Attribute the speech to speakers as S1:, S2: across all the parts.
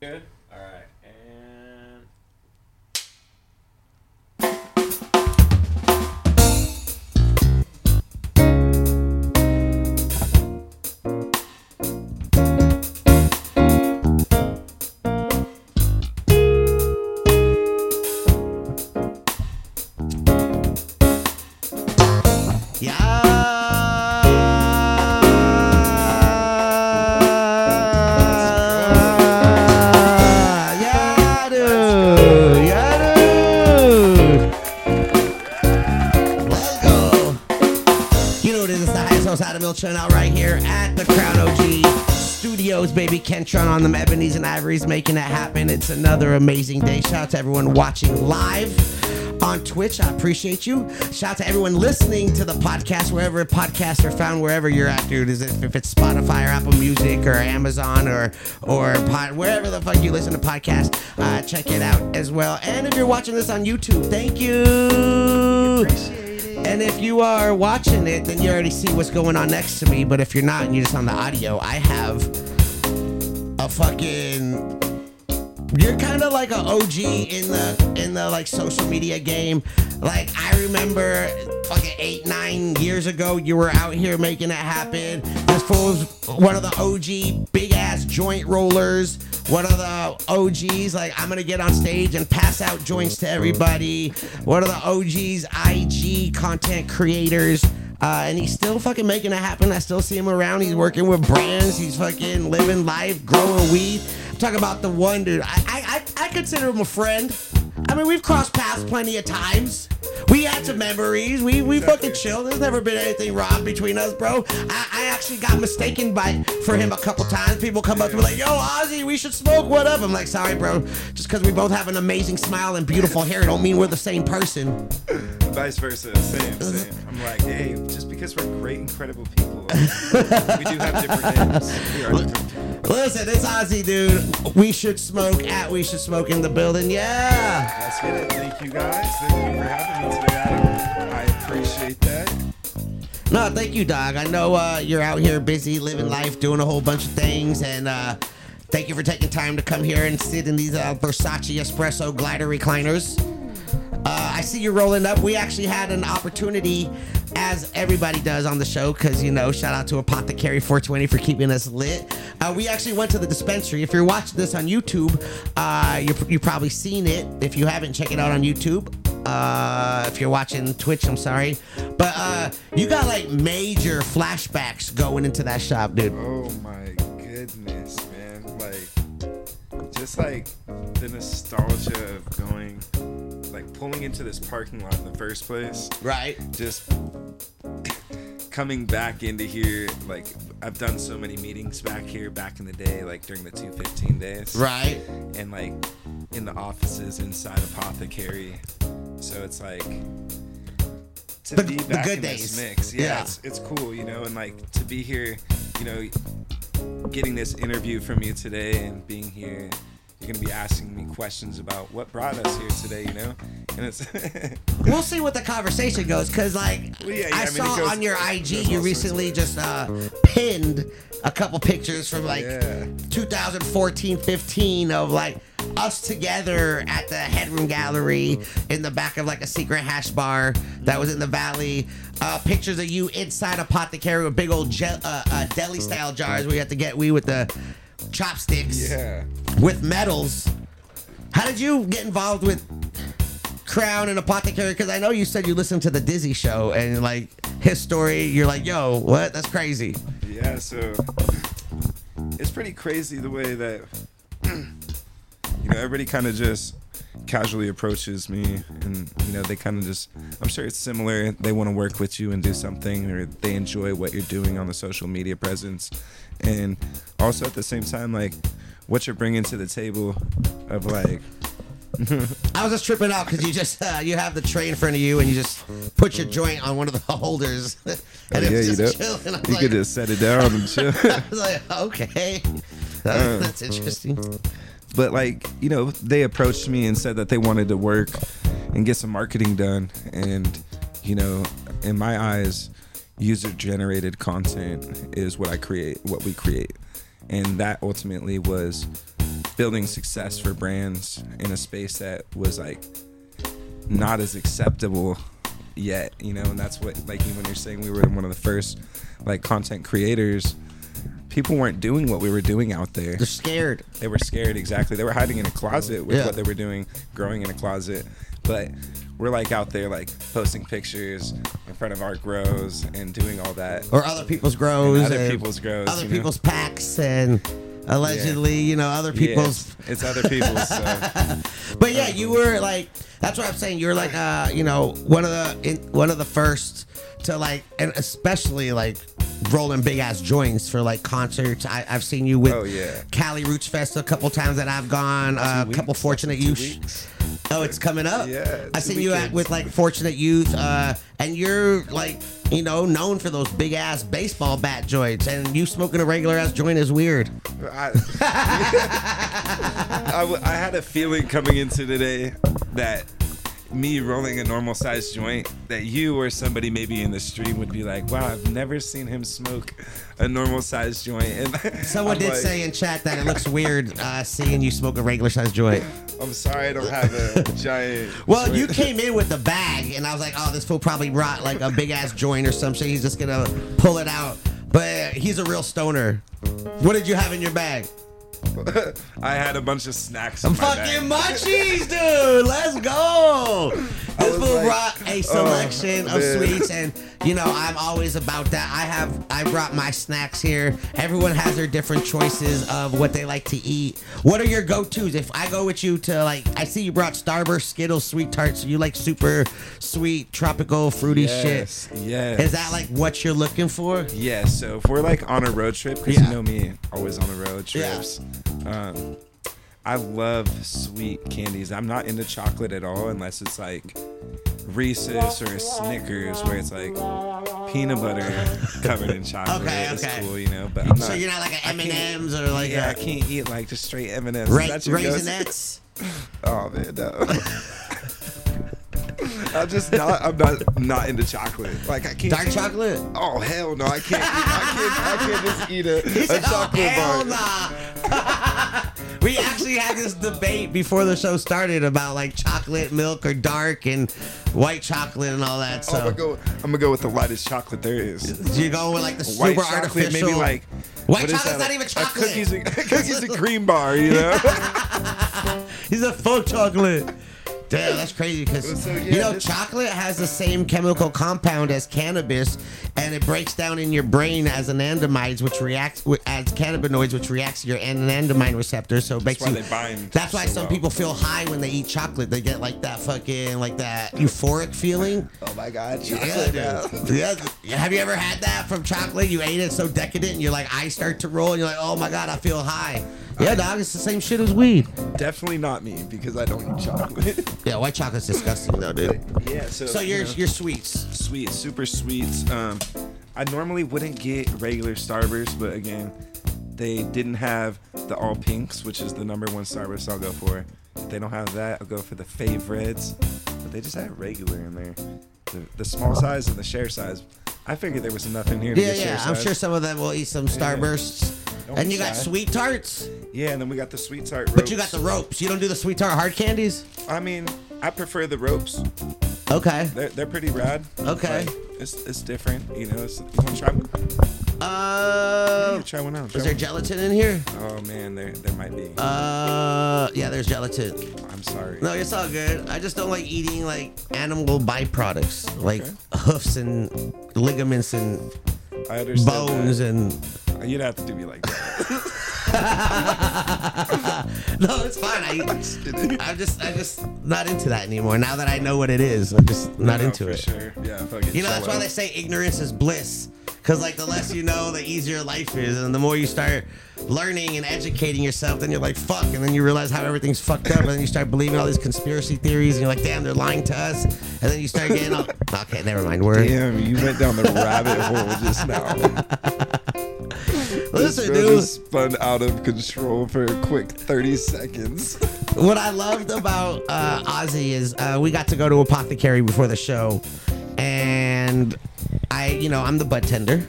S1: Good. All right. And.
S2: Chilling out right here at the Crown OG Studios, baby. Kentron on them, Ebony's and Ivory's making it happen. It's another amazing day. Shout out to everyone watching live on Twitch. I appreciate you. Shout out to everyone listening to the podcast, wherever podcasts are found, wherever you're at, dude. Is it, if it's Spotify or Apple Music or Amazon or or pod, wherever the fuck you listen to podcasts, uh, check it out as well. And if you're watching this on YouTube, thank you. And if you are watching it, then you already see what's going on next to me. But if you're not and you're just on the audio, I have a fucking. You're kind of like a OG in the in the like social media game. Like I remember, fucking eight nine years ago, you were out here making it happen. This fool's one of the OG big ass joint rollers. One of the OGs, like I'm gonna get on stage and pass out joints to everybody. One of the OGs, IG content creators. Uh, and he's still fucking making it happen. I still see him around. He's working with brands. He's fucking living life, growing weed. I'm talking about the one dude. I, I, I, I consider him a friend. I mean, we've crossed paths plenty of times. We had some memories. We we fucking chill. There's never been anything wrong between us, bro. I, I actually got mistaken by for him a couple times. People come up to me like, "Yo, Ozzy, we should smoke. What up?" I'm like, "Sorry, bro. Just because we both have an amazing smile and beautiful hair, don't mean we're the same person."
S1: Vice versa. Same, same. I'm like, hey, just because we're great, incredible people, we do have different names. We are different people.
S2: Listen, it's Ozzy, dude. We should smoke at We Should Smoke in the building. Yeah.
S1: Let's get it. Thank you guys. Thank you for having me today, Adam. I appreciate that.
S2: No, thank you, dog. I know uh, you're out here busy living life, doing a whole bunch of things, and uh, thank you for taking time to come here and sit in these uh, Versace Espresso glider recliners. Uh, I see you rolling up. We actually had an opportunity, as everybody does on the show, because, you know, shout out to Apothecary 420 for keeping us lit. Uh, we actually went to the dispensary. If you're watching this on YouTube, uh, you, you've probably seen it. If you haven't, check it out on YouTube. Uh, if you're watching Twitch, I'm sorry. But uh, you got like major flashbacks going into that shop, dude.
S1: Oh my goodness, man. Like, just like the nostalgia of going, like pulling into this parking lot in the first place,
S2: Right?
S1: just coming back into here. Like, I've done so many meetings back here back in the day, like during the 215 days.
S2: Right?
S1: and like in the offices inside apothecary so it's like to
S2: The-
S1: be
S2: the
S1: back
S2: good
S1: in
S2: days.
S1: this mix yeah,
S2: Yeah.
S1: It's, it's cool you know and like to be here you know getting this interview from you today and being here you're gonna be asking me questions about what brought us here today you know and it's
S2: We'll see what the conversation goes, cause like
S1: Well, yeah, yeah,
S2: I,
S1: I mean, it
S2: saw
S1: goes-
S2: on your
S1: there's
S2: IG,
S1: all
S2: you
S1: sorts of
S2: recently
S1: ways.
S2: just uh, pinned a couple pictures from like
S1: Yeah.
S2: 2014, 15 of like us together at the Headroom Gallery in the back of like a secret hash bar that was in the valley. Uh, pictures of you inside apothecary with big old gel, uh, uh, deli style jars. We had to get we with the chopsticks
S1: yeah
S2: with medals. How did you get involved with Crown and Apothecary? Because I know you said you listened to the Dizzy show and like his story. You're like, yo, what? That's crazy.
S1: Yeah, so it's pretty crazy the way that you know everybody kind of just casually approaches me, and you know they kind of just I'm sure it's similar. They want to work with you and do something, or they enjoy what you're doing on the social media presence, and also at the same time like what you're bringing to the table of like
S2: I was just tripping out because you just uh, you have the tray in front of you and you just put your joint on one of the holders and it's just chilling. I was
S1: oh, you
S2: like,
S1: could just set it down and chill.
S2: I was like, okay,
S1: Uh.
S2: that's interesting.
S1: but like you know they approached me and said that they wanted to work and get some marketing done and you know in my eyes user generated content is what i create what we create and that ultimately was building success for brands in a space that was like not as acceptable yet, you know, and that's what like when you're saying we were one of the first like content creators, people weren't doing what we were doing out there.
S2: They're scared.
S1: They were scared exactly. They were hiding in a closet with
S2: Yeah.
S1: what they were doing, growing in a closet. But we're like out there like posting pictures in front of our grows and doing all that.
S2: Or other people's grows.
S1: other
S2: and
S1: people's grows,
S2: Other
S1: you know?
S2: people's packs and allegedly, you know, other people's
S1: Yeah, it's, it's other people's. So.
S2: But yeah, you were like that's what I'm saying. You were like uh, you know, one of the in, one of the first to like and especially like rolling big ass joints for like concerts. I, I've seen you with
S1: Oh, yeah.
S2: Cali Roots Fest a couple times that I've gone, uh, a
S1: weeks.
S2: couple fortunate
S1: Two
S2: youth.
S1: weeks.
S2: Oh, it's coming up.
S1: Yeah,
S2: I
S1: two
S2: seen you at
S1: weekends.
S2: with like Fortunate Youth, uh, and you're like, you know, known for those big ass baseball bat joints, and you smoking a regular ass joint is weird.
S1: I, I, w- I had a feeling coming into today that me rolling a normal sized joint that you or somebody maybe in the stream would be like wow i've never seen him smoke a normal sized joint and
S2: Someone
S1: I'm
S2: did
S1: like,
S2: say in chat that it looks weird uh, seeing you smoke a regular sized joint.
S1: i'm sorry i don't have a giant
S2: Well,
S1: joint."
S2: you came in with the bag, and I was like, "Oh, this fool probably brought like a big ass joint or some shit. He's just gonna pull it out." But he's a real stoner. What did you have in your bag?
S1: i had a bunch of snacks in my
S2: Fucking
S1: bag.
S2: munchies, dude. Let's go.
S1: was
S2: This fool
S1: like,
S2: brought a selection
S1: oh,
S2: of
S1: man.
S2: sweets, and you know I'm always about that. I have I brought my snacks here. Everyone has their different choices of what they like to eat. What are your go-tos? If I go with you to like, I see you brought Starburst, Skittles, sweet tarts. You like super sweet, tropical, fruity
S1: yes yes
S2: shit. Is that like what you're looking for?
S1: Yeah, so if we're like on a road trip, because
S2: Yeah.
S1: you know me, always on the road
S2: Yeah.
S1: trips. Um, I love sweet candies. I'm not into chocolate at all unless it's like Reese's or Snickers, where it's like peanut butter covered in chocolate.
S2: Okay,
S1: It's
S2: okay.
S1: cool, you know. But I'm not.
S2: So you're not like an
S1: I can't-
S2: M&M's or like
S1: yeah, I
S2: a
S1: can't eat like just straight M&Ms.
S2: ra-
S1: That's your go-to?
S2: raisinets.
S1: Oh man, no. I'm just not. I'm not not into chocolate. Like I can't.
S2: Dark
S1: do it.
S2: chocolate?
S1: Oh hell no! I can't. Eat, I can't. I can't just eat a,
S2: He
S1: a
S2: said,
S1: chocolate
S2: oh,
S1: bar.
S2: hell nah." we actually had this debate before the show started about like chocolate milk or dark and white chocolate and all that.
S1: Oh, I'm
S2: So
S1: gonna go. I'm gonna go with the lightest chocolate there is.
S2: you go with like the
S1: White
S2: super
S1: chocolate,
S2: artificial.
S1: maybe like.
S2: White
S1: what is
S2: chocolate's
S1: that,
S2: not
S1: a-
S2: even
S1: a
S2: chocolate.
S1: cookies, and, cookies and cream bar. You know.
S2: He's a full chocolate. Damn, that's crazy because
S1: So, yeah,
S2: you know
S1: this-
S2: chocolate has the same chemical compound as cannabis, and it breaks down in your brain as anandamides, which reacts wi- as cannabinoids, which reacts to your anandamide receptor. So it makes
S1: why
S2: you.
S1: they bind
S2: that's why
S1: so
S2: some
S1: well.
S2: people feel high when they eat chocolate. They get like that fucking like that euphoric feeling.
S1: oh my god,
S2: Yeah,
S1: chocolate. now.
S2: dude. yeah. Yeah. Have you ever had that from chocolate? You ate it so decadent, and you're like, I start to roll, and you're like, oh my god, I feel high. Yeah, dog, it's the same shit as weed.
S1: Definitely not me because I don't eat chocolate.
S2: Yeah, white chocolate's disgusting though, dude.
S1: yeah. So.
S2: So
S1: you
S2: your
S1: know.
S2: your sweets.
S1: sweet, super sweets. Um, I normally wouldn't get regular Starburst, but again, they didn't have the all pinks, which is the number one Starburst I'll go for. If they don't have that, I'll go for the favorites. But they just had regular in there, the, the small size and the share size. I figured there was nothing here. To
S2: Yeah,
S1: get share
S2: yeah. I'm
S1: size.
S2: sure some of them will eat some Starbursts.
S1: Don't
S2: And
S1: be
S2: you got
S1: shy.
S2: sweet tarts,
S1: Yeah, and then we got the sweet tart. Ropes.
S2: but you got the ropes. You don't do the sweet tart hard candies.
S1: I mean, I prefer the ropes.
S2: Okay.
S1: They're they're pretty rad.
S2: Okay.
S1: Like, it's it's different. You know, it's, you want to try one?
S2: Uh,
S1: Try one out. Try
S2: is there
S1: one.
S2: gelatin in here?
S1: Oh man, there there might be.
S2: Uh, yeah, there's gelatin.
S1: I'm sorry.
S2: No, it's all good. I just don't like eating like animal byproducts, like
S1: Okay.
S2: hoofs and ligaments and
S1: I understand.
S2: bones and.
S1: that. You'd have to do me like that.
S2: No, it's fine. I, I'm just, I'm just not into that anymore. Now that I know what it is, I'm just not
S1: No,
S2: into
S1: oh, for
S2: it.
S1: Sure. Yeah. Fuck it.
S2: You know,
S1: So
S2: that's why
S1: well.
S2: they say ignorance is bliss. Because, like, the less you know, the easier life is. And the more you start learning and educating yourself, then you're like, fuck. And then you realize how everything's fucked up. And then you start believing all these conspiracy theories. And you're like, damn, they're lying to us. And then you start getting all. Okay, never mind. We're.
S1: Damn, you went down the rabbit hole just now. This
S2: Listen,
S1: bro
S2: dude.
S1: just spun out of control for a quick 30 seconds.
S2: What I loved about uh, Ozzy is uh, we got to go to Apothecary before the show, and I, you know, I'm the butt tender.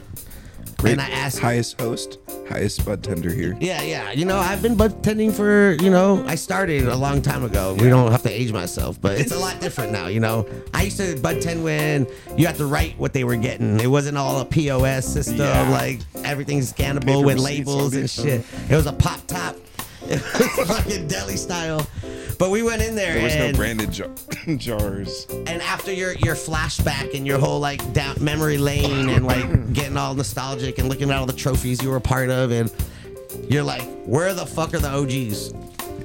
S2: and I asked
S1: highest host, highest bud tender here.
S2: Yeah, yeah. You know, I've been bartending for, you know, I started a long time ago. We don't have to age myself, but it's a lot different now, you know. I used to bartend when you had to write what they were getting. It wasn't all a POS system,
S1: Yeah.
S2: like everything's scannable
S1: Paper
S2: with
S1: receipts and
S2: labels and
S1: stuff.
S2: shit. It was a pop top. It was fucking deli style. But we went in there
S1: There was no
S2: and
S1: branded jar- jars.
S2: and after your your flashback and your whole like down memory lane and
S1: Mm.
S2: like getting all nostalgic and looking at all the trophies you were a part of and you're like where the fuck are the OGs?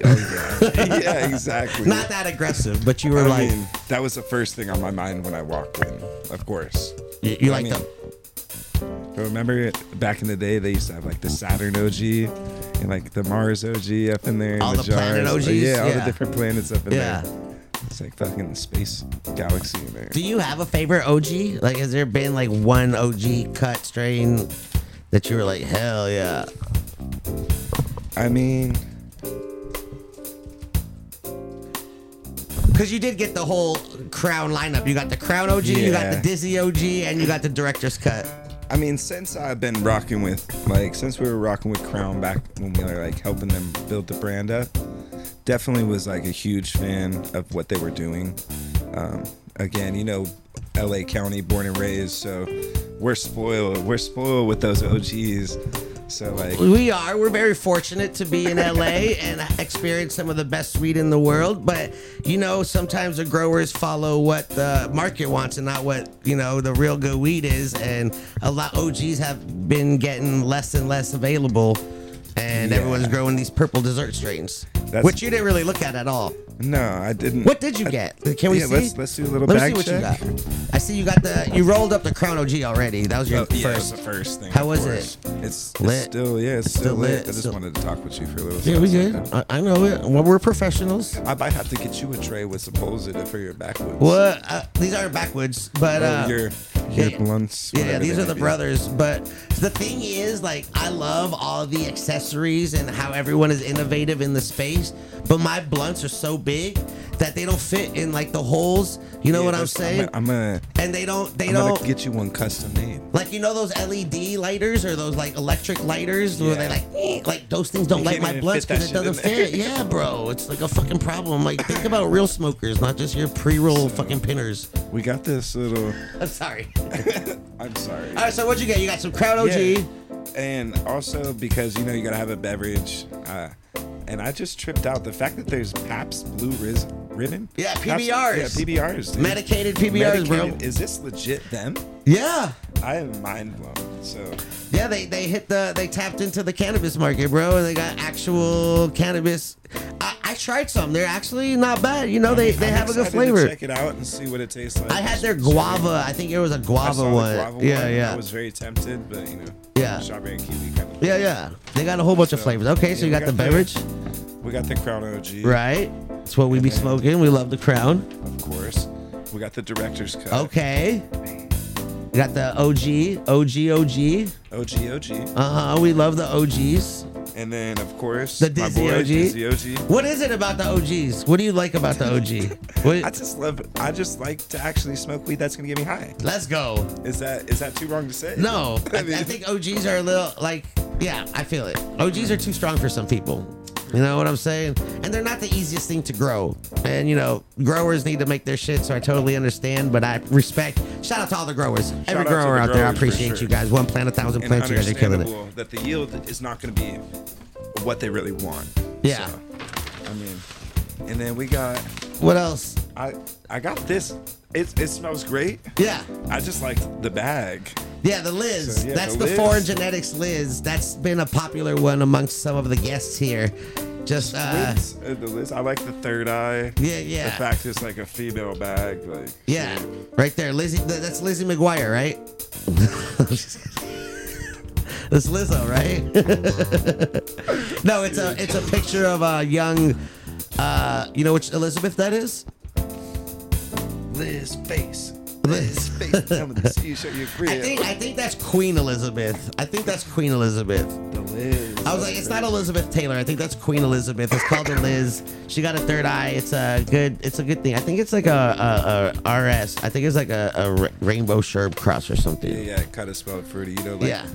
S1: Oh, yeah, exactly.
S2: Not that aggressive, but you were
S1: I
S2: like
S1: mean, that was the first thing on my mind when I walked in. Of course.
S2: you, you
S1: I
S2: like
S1: mean,
S2: the
S1: I remember it- back in the day they used to have like the Saturn OG and like the Mars OG up in there. and
S2: All the planet
S1: jars.
S2: OGs?
S1: Yeah, all
S2: Yeah.
S1: the different planets up in
S2: Yeah.
S1: there. It's like fucking space galaxy in there.
S2: Do you have a favorite OG? Like has there been like one OG cut strain that you were like hell yeah.
S1: I mean,
S2: Cause you did get the whole crown lineup. You got the crown OG, you got the
S1: Yeah.
S2: Dizzy OG, and you got the director's cut.
S1: I mean, since I've been rocking with, like, since we were rocking with Crown back when we were like helping them build the brand up, definitely was like a huge fan of what they were doing. Um, again, you know, LA County, born and raised, so we're spoiled. We're spoiled with those OGs. So like,
S2: We are. We're very fortunate to be in LA and experience some of the best weed in the world. But you know, sometimes the growers follow what the market wants and not what you know the real good weed is. And a lot OGs have been getting less and less available, and
S1: Yeah.
S2: everyone's growing these purple dessert strains,
S1: That's-
S2: which you didn't really look at at all.
S1: no, I didn't.
S2: What did you
S1: I-
S2: get? Can we
S1: yeah,
S2: see?
S1: let's- let's do a little
S2: Let me
S1: bag
S2: see what
S1: check.
S2: you got. I see you got the. You rolled up the Chrono G already. That was your
S1: Oh, yeah, it's
S2: first.
S1: the first thing.
S2: How
S1: of
S2: was
S1: course.
S2: it?
S1: It's, it's
S2: Lit?
S1: still, yeah, it's, still,
S2: still
S1: lit.
S2: lit,
S1: I just
S2: still-
S1: wanted to talk with you for a little.
S2: Yeah, we
S1: second.
S2: did. I, I know it. Well, we're professionals.
S1: I might have to get you a tray with supposita for your backwoods.
S2: Well, uh, these aren't backwoods, but uh,
S1: oh, your
S2: yeah.
S1: your blunts.
S2: yeah,
S1: whatever
S2: these
S1: they
S2: are the
S1: may be.
S2: brothers. But the thing is, like, I love all the accessories and how everyone is innovative in the space. But my blunts are so big that they don't fit in like the holes. You know
S1: Yeah,
S2: what I'm
S1: that's-
S2: saying?
S1: I'm gonna,
S2: and they don't. They
S1: I'm gonna, I'm
S2: don't.
S1: gonna get you one custom made.
S2: like you know those LED lighters or those like electric lighters where they
S1: Yeah.
S2: like eh, like those things don't
S1: You
S2: light
S1: can't
S2: my
S1: even
S2: blunts
S1: fit
S2: because it
S1: that shit
S2: doesn't
S1: in there.
S2: fit. Yeah, bro, it's like a fucking problem. Like think about real smokers, not just your pre-roll fucking pinners.
S1: We got this little.
S2: I'm sorry.
S1: I'm sorry.
S2: All right, so what'd you get? You got some Crown OG.
S1: Yeah. And also because you know you gotta have a beverage, uh, and I just tripped out the fact that there's Pabst Blue Riz- Ribbon.
S2: Yeah,
S1: Pabst-
S2: PBRs.
S1: Yeah, PBRs. dude.
S2: Medicated PBRs, bro.
S1: Medicated- Is this legit them?
S2: Yeah.
S1: I am mind blown. So
S2: Yeah, they, they hit the they tapped into the cannabis market, bro. and They got actual cannabis. I, I tried some. They're actually not bad. You know, they, they
S1: I'm
S2: have a good
S1: excited to
S2: flavor.
S1: check it out and see what it tastes like.
S2: I had their
S1: It's
S2: guava. I think it was a
S1: I
S2: guava
S1: saw the
S2: one.
S1: guava
S2: yeah,
S1: one.
S2: yeah.
S1: I was very tempted, but you know,
S2: Yeah.
S1: strawberry and kiwi kind of.
S2: yeah, yeah. They got a whole bunch of
S1: So,
S2: flavors. Okay, so
S1: yeah,
S2: you
S1: we
S2: got
S1: got the-
S2: the beverage,
S1: We got the Crown OG,
S2: right? That's what we be
S1: then-
S2: smoking. We love the Crown.
S1: Of course. We got the director's cut.
S2: Okay. You got the OG, OG, OG.
S1: OG, OG,
S2: Uh huh. We love the OGs.
S1: and then of course
S2: The
S1: my
S2: Dizzy
S1: boy
S2: OG.
S1: Dizzy OG.
S2: What is it about the OGs? What do you like about the OG?
S1: I
S2: What,
S1: just love. I just like to actually smoke weed. That's gonna get me high.
S2: let's go.
S1: Is that is that too wrong to say?
S2: No, I,
S1: I mean-
S2: I think OGs are a little like, yeah, I feel it. OGs are too strong for some people. You know what I'm saying? And they're not the easiest thing to grow. And you know, growers need to make their shit, so I totally understand. But I respect. Shout out to all the growers. Every
S1: out to
S2: grower
S1: the
S2: out there, I
S1: growers for
S2: appreciate
S1: sure.
S2: you guys. One plant, a thousand
S1: And
S2: plants. You guys are killing it.
S1: understandable that the yield is not gonna be what they really want.
S2: Yeah.
S1: So, I mean, and then we got.
S2: What else?
S1: I I got this. It it smells great.
S2: Yeah.
S1: I just like the bag.
S2: Yeah, the Liz.
S1: So, yeah,
S2: That's the,
S1: the Liz.
S2: foreign genetics Liz. That's been a popular one amongst some of the guests here. Just uh,
S1: Lids, uh, the lids. I like the third eye.
S2: Yeah,
S1: The
S2: yeah.
S1: fact it's like a female bag, like
S2: yeah, right there, Lizzie. th- That's Lizzie McGuire, right? that's Lizzo, right? no, it's a it's a picture of a young. Uh, you know which Elizabeth that is?
S1: Liz face. His face down to the seashore. You're free.
S2: I think I think that's Queen Elizabeth. I think that's Queen Elizabeth.
S1: The Liz.
S2: I was like, it's not Elizabeth Taylor. I think that's Queen Elizabeth. It's called the Liz. She got a third eye. It's a good. It's a good thing. I think it's like a, a, a RS. I think it's like a, a ra- rainbow sherb cross or
S1: Yeah,
S2: something.
S1: yeah, kind of spelled fruity. You know, like
S2: Yeah.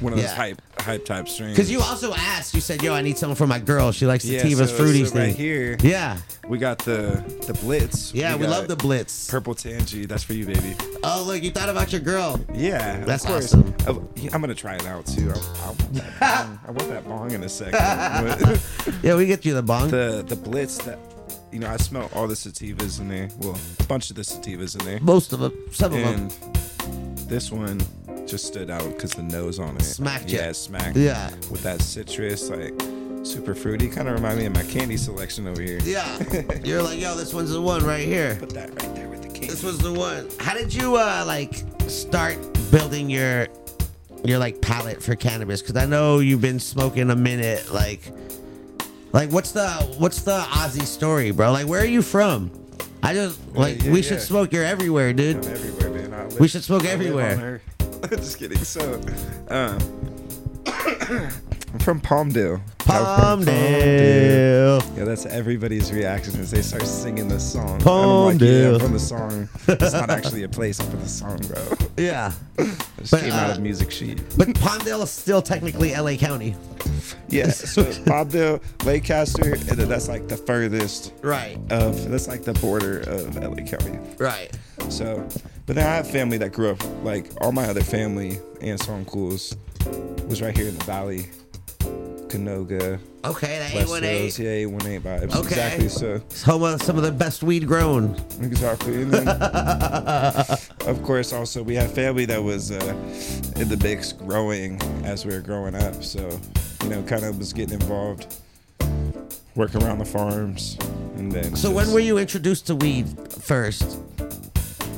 S1: one of those
S2: Yeah.
S1: hype hype type strings.
S2: Because you also asked. You said, "Yo, I need someone for my girl. She likes
S1: Yeah,
S2: Sativa's
S1: so-
S2: fruity
S1: so
S2: thing."
S1: right here.
S2: Yeah.
S1: we got the the blitz.
S2: Yeah, we
S1: got
S2: love the blitz.
S1: purple tangy. That's for you, baby.
S2: Oh, look, you thought about your girl.
S1: Yeah, of
S2: That's
S1: course.
S2: awesome.
S1: Oh, yeah, I'm gonna try it out too. I, I, want, that bong. I want that bong in a second.
S2: Yeah, we get you the bong.
S1: the the blitz that you know, I smell all the sativas in there. Well, a bunch of the sativas in there,
S2: Most of them. Some of them.
S1: and this one just stood out because the nose on it
S2: Smacked ya.
S1: Yeah, it smacked.
S2: Yeah.
S1: with that citrus, like super fruity. Kind of remind me of my candy selection over here.
S2: Yeah. You're like, yo, this one's the one right here.
S1: Put that right there with the candy.
S2: This was the one. How did you uh like start building your your like palate for cannabis? Because I know you've been smoking a minute. Like, like what's the what's the Aussie story, bro? Like, where are you from? I just like
S1: yeah,
S2: we
S1: yeah.
S2: should smoke. You're everywhere, dude.
S1: I'm everywhere, man. I live-
S2: We should smoke
S1: I live
S2: everywhere.
S1: on Earth. Just kidding. So, um, I'm from Palmdale. California.
S2: Palmdale.
S1: Yeah, that's everybody's reaction as they start singing this song. And I'm like, yeah,
S2: Palmdale.
S1: I'm from the song. It's not actually a place. I'm from the song, bro. It
S2: Yeah,
S1: just
S2: But,
S1: came out
S2: uh,
S1: of music sheet.
S2: but Palmdale is still technically LA County.
S1: Yeah. So Palmdale, Lancaster, and then that's like the furthest
S2: Right.
S1: of. That's like the border of LA County.
S2: Right.
S1: So, but then I have family that grew up like all my other family, aunts, uncles, was right here in the valley, Canoga,
S2: Okay, that
S1: West
S2: A18.
S1: Hills, yeah, eight one eight vibes.
S2: Okay.
S1: Exactly. So
S2: Home of some of the best weed grown.
S1: exactly. And then, of course, also we have family that was uh, in the mix growing as we were growing up. So you know, kind of was getting involved, working around the farms, and then.
S2: So when
S1: just,
S2: were you introduced to weed first?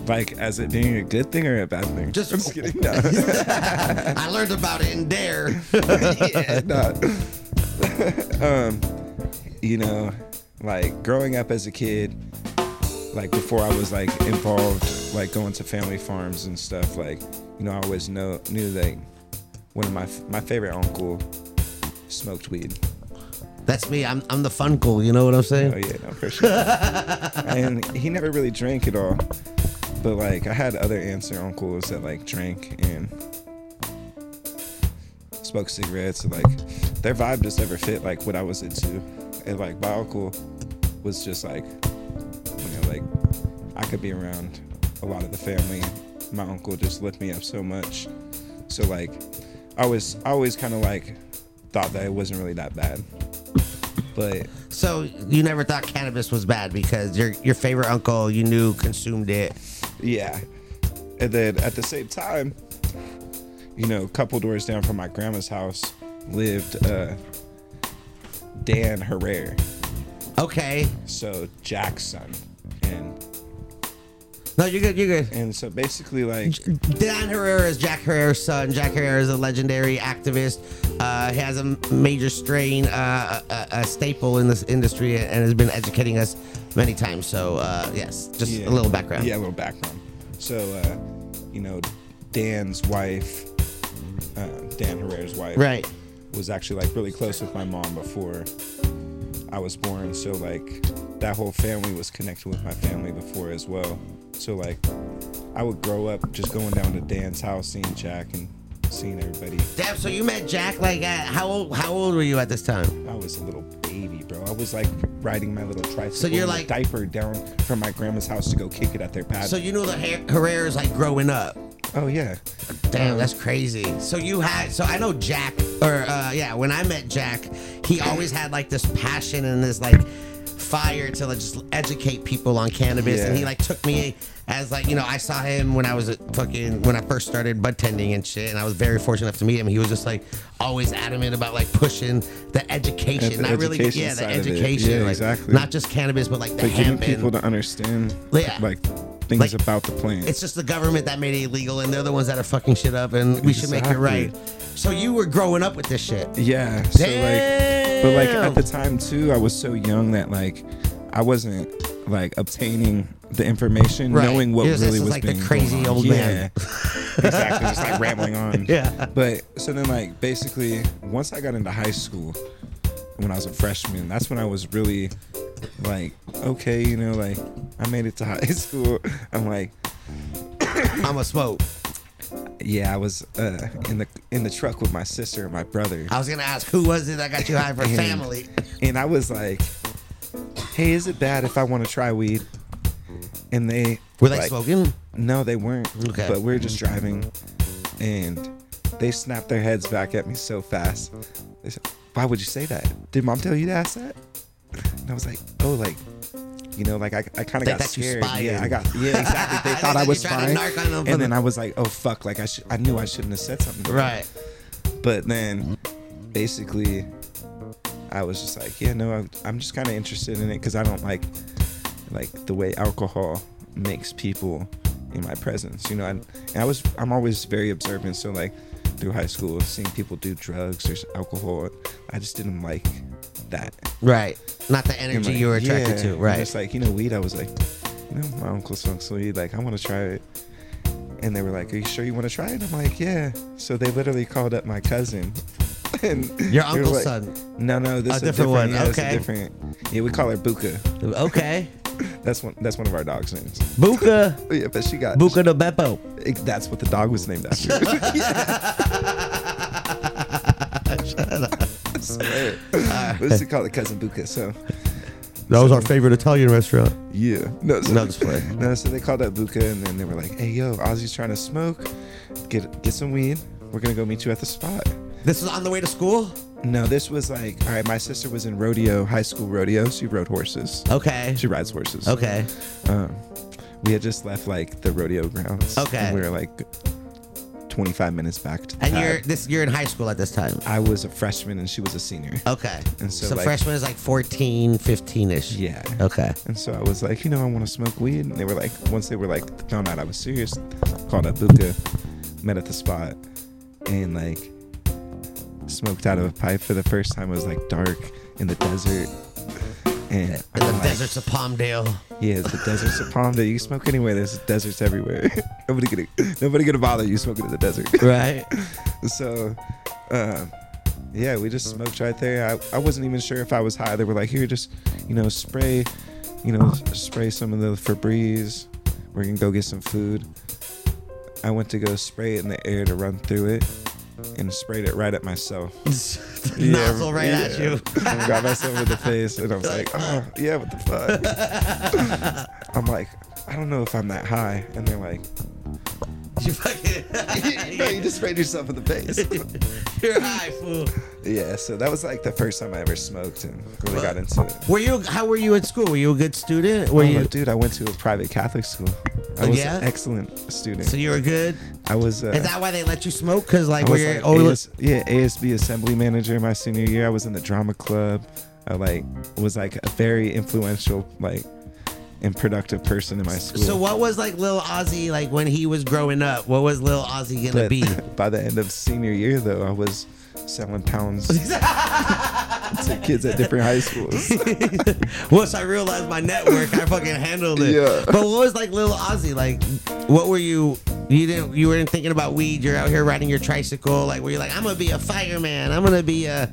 S1: like as it being a good thing or a bad thing?
S2: Just-
S1: I'm just kidding. No.
S2: I learned about it in Dare.
S1: yeah, nah. um, you know, like growing up as a kid, like before I was like involved, like going to family farms and stuff. Like, you know, I always know knew like one of my my favorite uncle smoked weed.
S2: That's me. I'm, I'm the fun cool. You know what I'm
S1: Oh
S2: saying?
S1: yeah, no for sure. and he never really drank at all. But like I had other aunts and uncles that like drank and smoked cigarettes. and, Like their vibe just never fit like what I was into. And like my uncle was just like you know, like I could be around a lot of the family. My uncle just lit me up so much. So like I was I always kinda like thought that it wasn't really that bad. But
S2: So you never thought cannabis was bad because your your favorite uncle you knew consumed it.
S1: Yeah. And then at the same time, you know, a couple doors down from my grandma's house lived uh, Dan Herrera,
S2: Okay.
S1: so Jack's son. And
S2: No, you're good. You're good.
S1: and so basically like
S2: Dan Herrera is Jack Herrera's son. Jack Herrera is a legendary activist. Uh, he has a major strain, uh, a, a- a staple in this industry, and has been educating us many times. So uh, yes, just
S1: Yeah.
S2: a little background.
S1: Yeah, a little background. So, uh, you know, Dan's wife, uh, Dan Herrera's wife,
S2: Right.
S1: was actually like really close with my mom before I was born. So like that whole family was connected with my family before as well. So like I would grow up just going down to Dan's house, seeing Jack and seeing everybody.
S2: Damn. So you met Jack like at, how old? How old were you at this time?
S1: I was a little baby, bro. I was like riding my little tricycle,
S2: So you're
S1: in a
S2: like-
S1: diaper down from my grandma's house to go kick it at their pad.
S2: So you know the Her- Herrera's like growing up.
S1: oh yeah,
S2: Damn, that's crazy. So you had so I know Jack or uh, yeah, when I met Jack, he always had like this passion and this like fire to like, just educate people on cannabis, and
S1: Yeah.
S2: he like took me as like you know I saw him when I was a fucking when I first started bud tending and shit, and I was very fortunate enough to meet him. He was just like always adamant about like pushing the education,
S1: the
S2: not really
S1: education
S2: yeah the
S1: side of it.
S2: education,
S1: Yeah,
S2: like
S1: exactly.
S2: not just cannabis but like the
S1: but getting
S2: hemp
S1: people
S2: and-
S1: to understand
S2: Yeah.
S1: like things
S2: Like,
S1: about the plant.
S2: it's just the government that made it illegal, and they're the ones that are fucking shit up, and we should make it right. So you were growing up with this shit.
S1: Yeah. So like, but like
S2: Damn.
S1: at the time too, I was so young that like I wasn't like obtaining the information,
S2: Right.
S1: knowing what
S2: Yours- this
S1: really
S2: is
S1: was
S2: like the
S1: being
S2: crazy
S1: going on.
S2: old
S1: yeah.
S2: man.
S1: exactly, just like rambling on.
S2: Yeah.
S1: But so then, like basically, once I got into high school, when I was a freshman, that's when I was really like, okay, you know, like I made it to high school. I'm like,
S2: I'm a smoke.
S1: yeah, I was uh, in the in the truck with my sister and my brother.
S2: I was gonna ask who was it that got you high for
S1: And-
S2: family.
S1: And I was like, hey, is it bad if I want to try weed? And they
S2: Were they
S1: like,
S2: smoking?
S1: No, they weren't.
S2: Okay.
S1: But we were just driving, and they snapped their heads back at me so fast. They said, "Why would you say that? Did mom tell you to ask that?" And I was like, ""Oh, like, you know, like I, I kind of
S2: They
S1: got
S2: thought you
S1: scared.
S2: spied
S1: yeah,
S2: in.
S1: I got yeah, exactly. They thought
S2: They thought
S1: I
S2: you
S1: was
S2: tried to
S1: spying.
S2: narc on them for
S1: and then
S2: the-
S1: I was like, "Oh fuck! Like I sh- I knew I shouldn't have said something."
S2: Right.
S1: But then, basically, I was just like, yeah, no, I'm, I'm just kind of interested in it because I don't like, like the way alcohol makes people in my presence. You know, I, and I was, I'm always very observant. So like, through high school, seeing people do drugs or s- alcohol, I just didn't like that.
S2: Right. Not the
S1: And,
S2: energy
S1: like,
S2: you were attracted
S1: yeah,
S2: to.
S1: and
S2: Right.
S1: Just like you know, weed. I was like, you know, my uncle smokes weed. Like, I want to try it. And they were like, "Are you sure you want to try it?" I'm like, "Yeah." So they literally called up my cousin. And they were
S2: uncle's son.
S1: No, no, this
S2: A
S1: is
S2: different one,
S1: Yeah, this is
S2: okay.
S1: different. Yeah, we call her Buka.
S2: okay.
S1: That's one. That's one of our dog's names.
S2: Buca.
S1: Oh, yeah, but she got.
S2: Buca de Beppo.
S1: It- that's what the dog was named after. Shut up. What's she called? it? Cousin Buka. So.
S2: That was our favorite Italian restaurant.
S1: Yeah. No, so,
S2: No, just play.
S1: No, so they called up Buka and then they were like, hey, yo, Ozzy's trying to smoke. Get get some weed. We're going to go meet you at the spot.
S2: This is on the way to school?
S1: No, this was like, all right, my sister was in rodeo, high school rodeo. She rode horses.
S2: Okay.
S1: She rides horses.
S2: Okay.
S1: Um, we had just left like the rodeo grounds.
S2: Okay.
S1: And we were like 25 minutes back to the
S2: And
S1: pad.
S2: you're this you're in high school at this time.
S1: I was a freshman and she was a senior.
S2: Okay.
S1: And so,
S2: so
S1: like-
S2: freshman is like 14, 15-ish.
S1: Yeah.
S2: Okay.
S1: And so I was like, you know, I want to smoke weed. And they were like, once they were like, found out I was serious, called up Buka, met at the spot, and like smoked out of a pipe for the first time. It was like dark in the desert. And
S2: In
S1: I'm
S2: the
S1: like,
S2: deserts of Palmdale.
S1: Yeah, it's the deserts of Palm Day. You can smoke anywhere. There's deserts everywhere. nobody gonna, nobody gonna bother you smoking in the desert.
S2: Right.
S1: so, um, yeah, we just smoked right there. I, I wasn't even sure if I was high. They were like, here, just, you know, spray, you know, s- spray some of the Febreze. We're going to go get some food. I went to go spray it in the air to run through it and sprayed it right at myself.
S2: Nozzle right at
S1: yeah.
S2: you.
S1: Got myself in the face, and I was like, oh, yeah, what the fuck? I'm like, I don't know if I'm that high. And they're like,
S2: You fucking
S1: no, you just sprayed yourself in the face.
S2: You're high, fool.
S1: Yeah, so that was like the first time I ever smoked and really got into it.
S2: Were you? How were you at school? Were you a good student? Were
S1: Oh,
S2: you?
S1: dude, I went to a private Catholic school. I
S2: Oh,
S1: was
S2: yeah?
S1: an excellent student.
S2: So you were good.
S1: I was. Uh,
S2: Is that why they let you smoke? Cause like
S1: I
S2: were
S1: was
S2: you
S1: like
S2: oh,
S1: AS yeah ASB assembly manager my senior year. I was in the drama club. I like was like a very influential like and productive person in my school.
S2: So what was like Lil Ozzy like when he was growing up? What was Lil Ozzy gonna
S1: But
S2: be?
S1: by the end of senior year, though, I was selling pounds to kids at different high schools.
S2: Once I realized my network, I fucking handled it.
S1: Yeah.
S2: But what was like Lil Ozzy like? What were you? You didn't. You weren't thinking about weed. You're out here riding your tricycle. Like were you like I'm gonna be a fireman? I'm gonna be a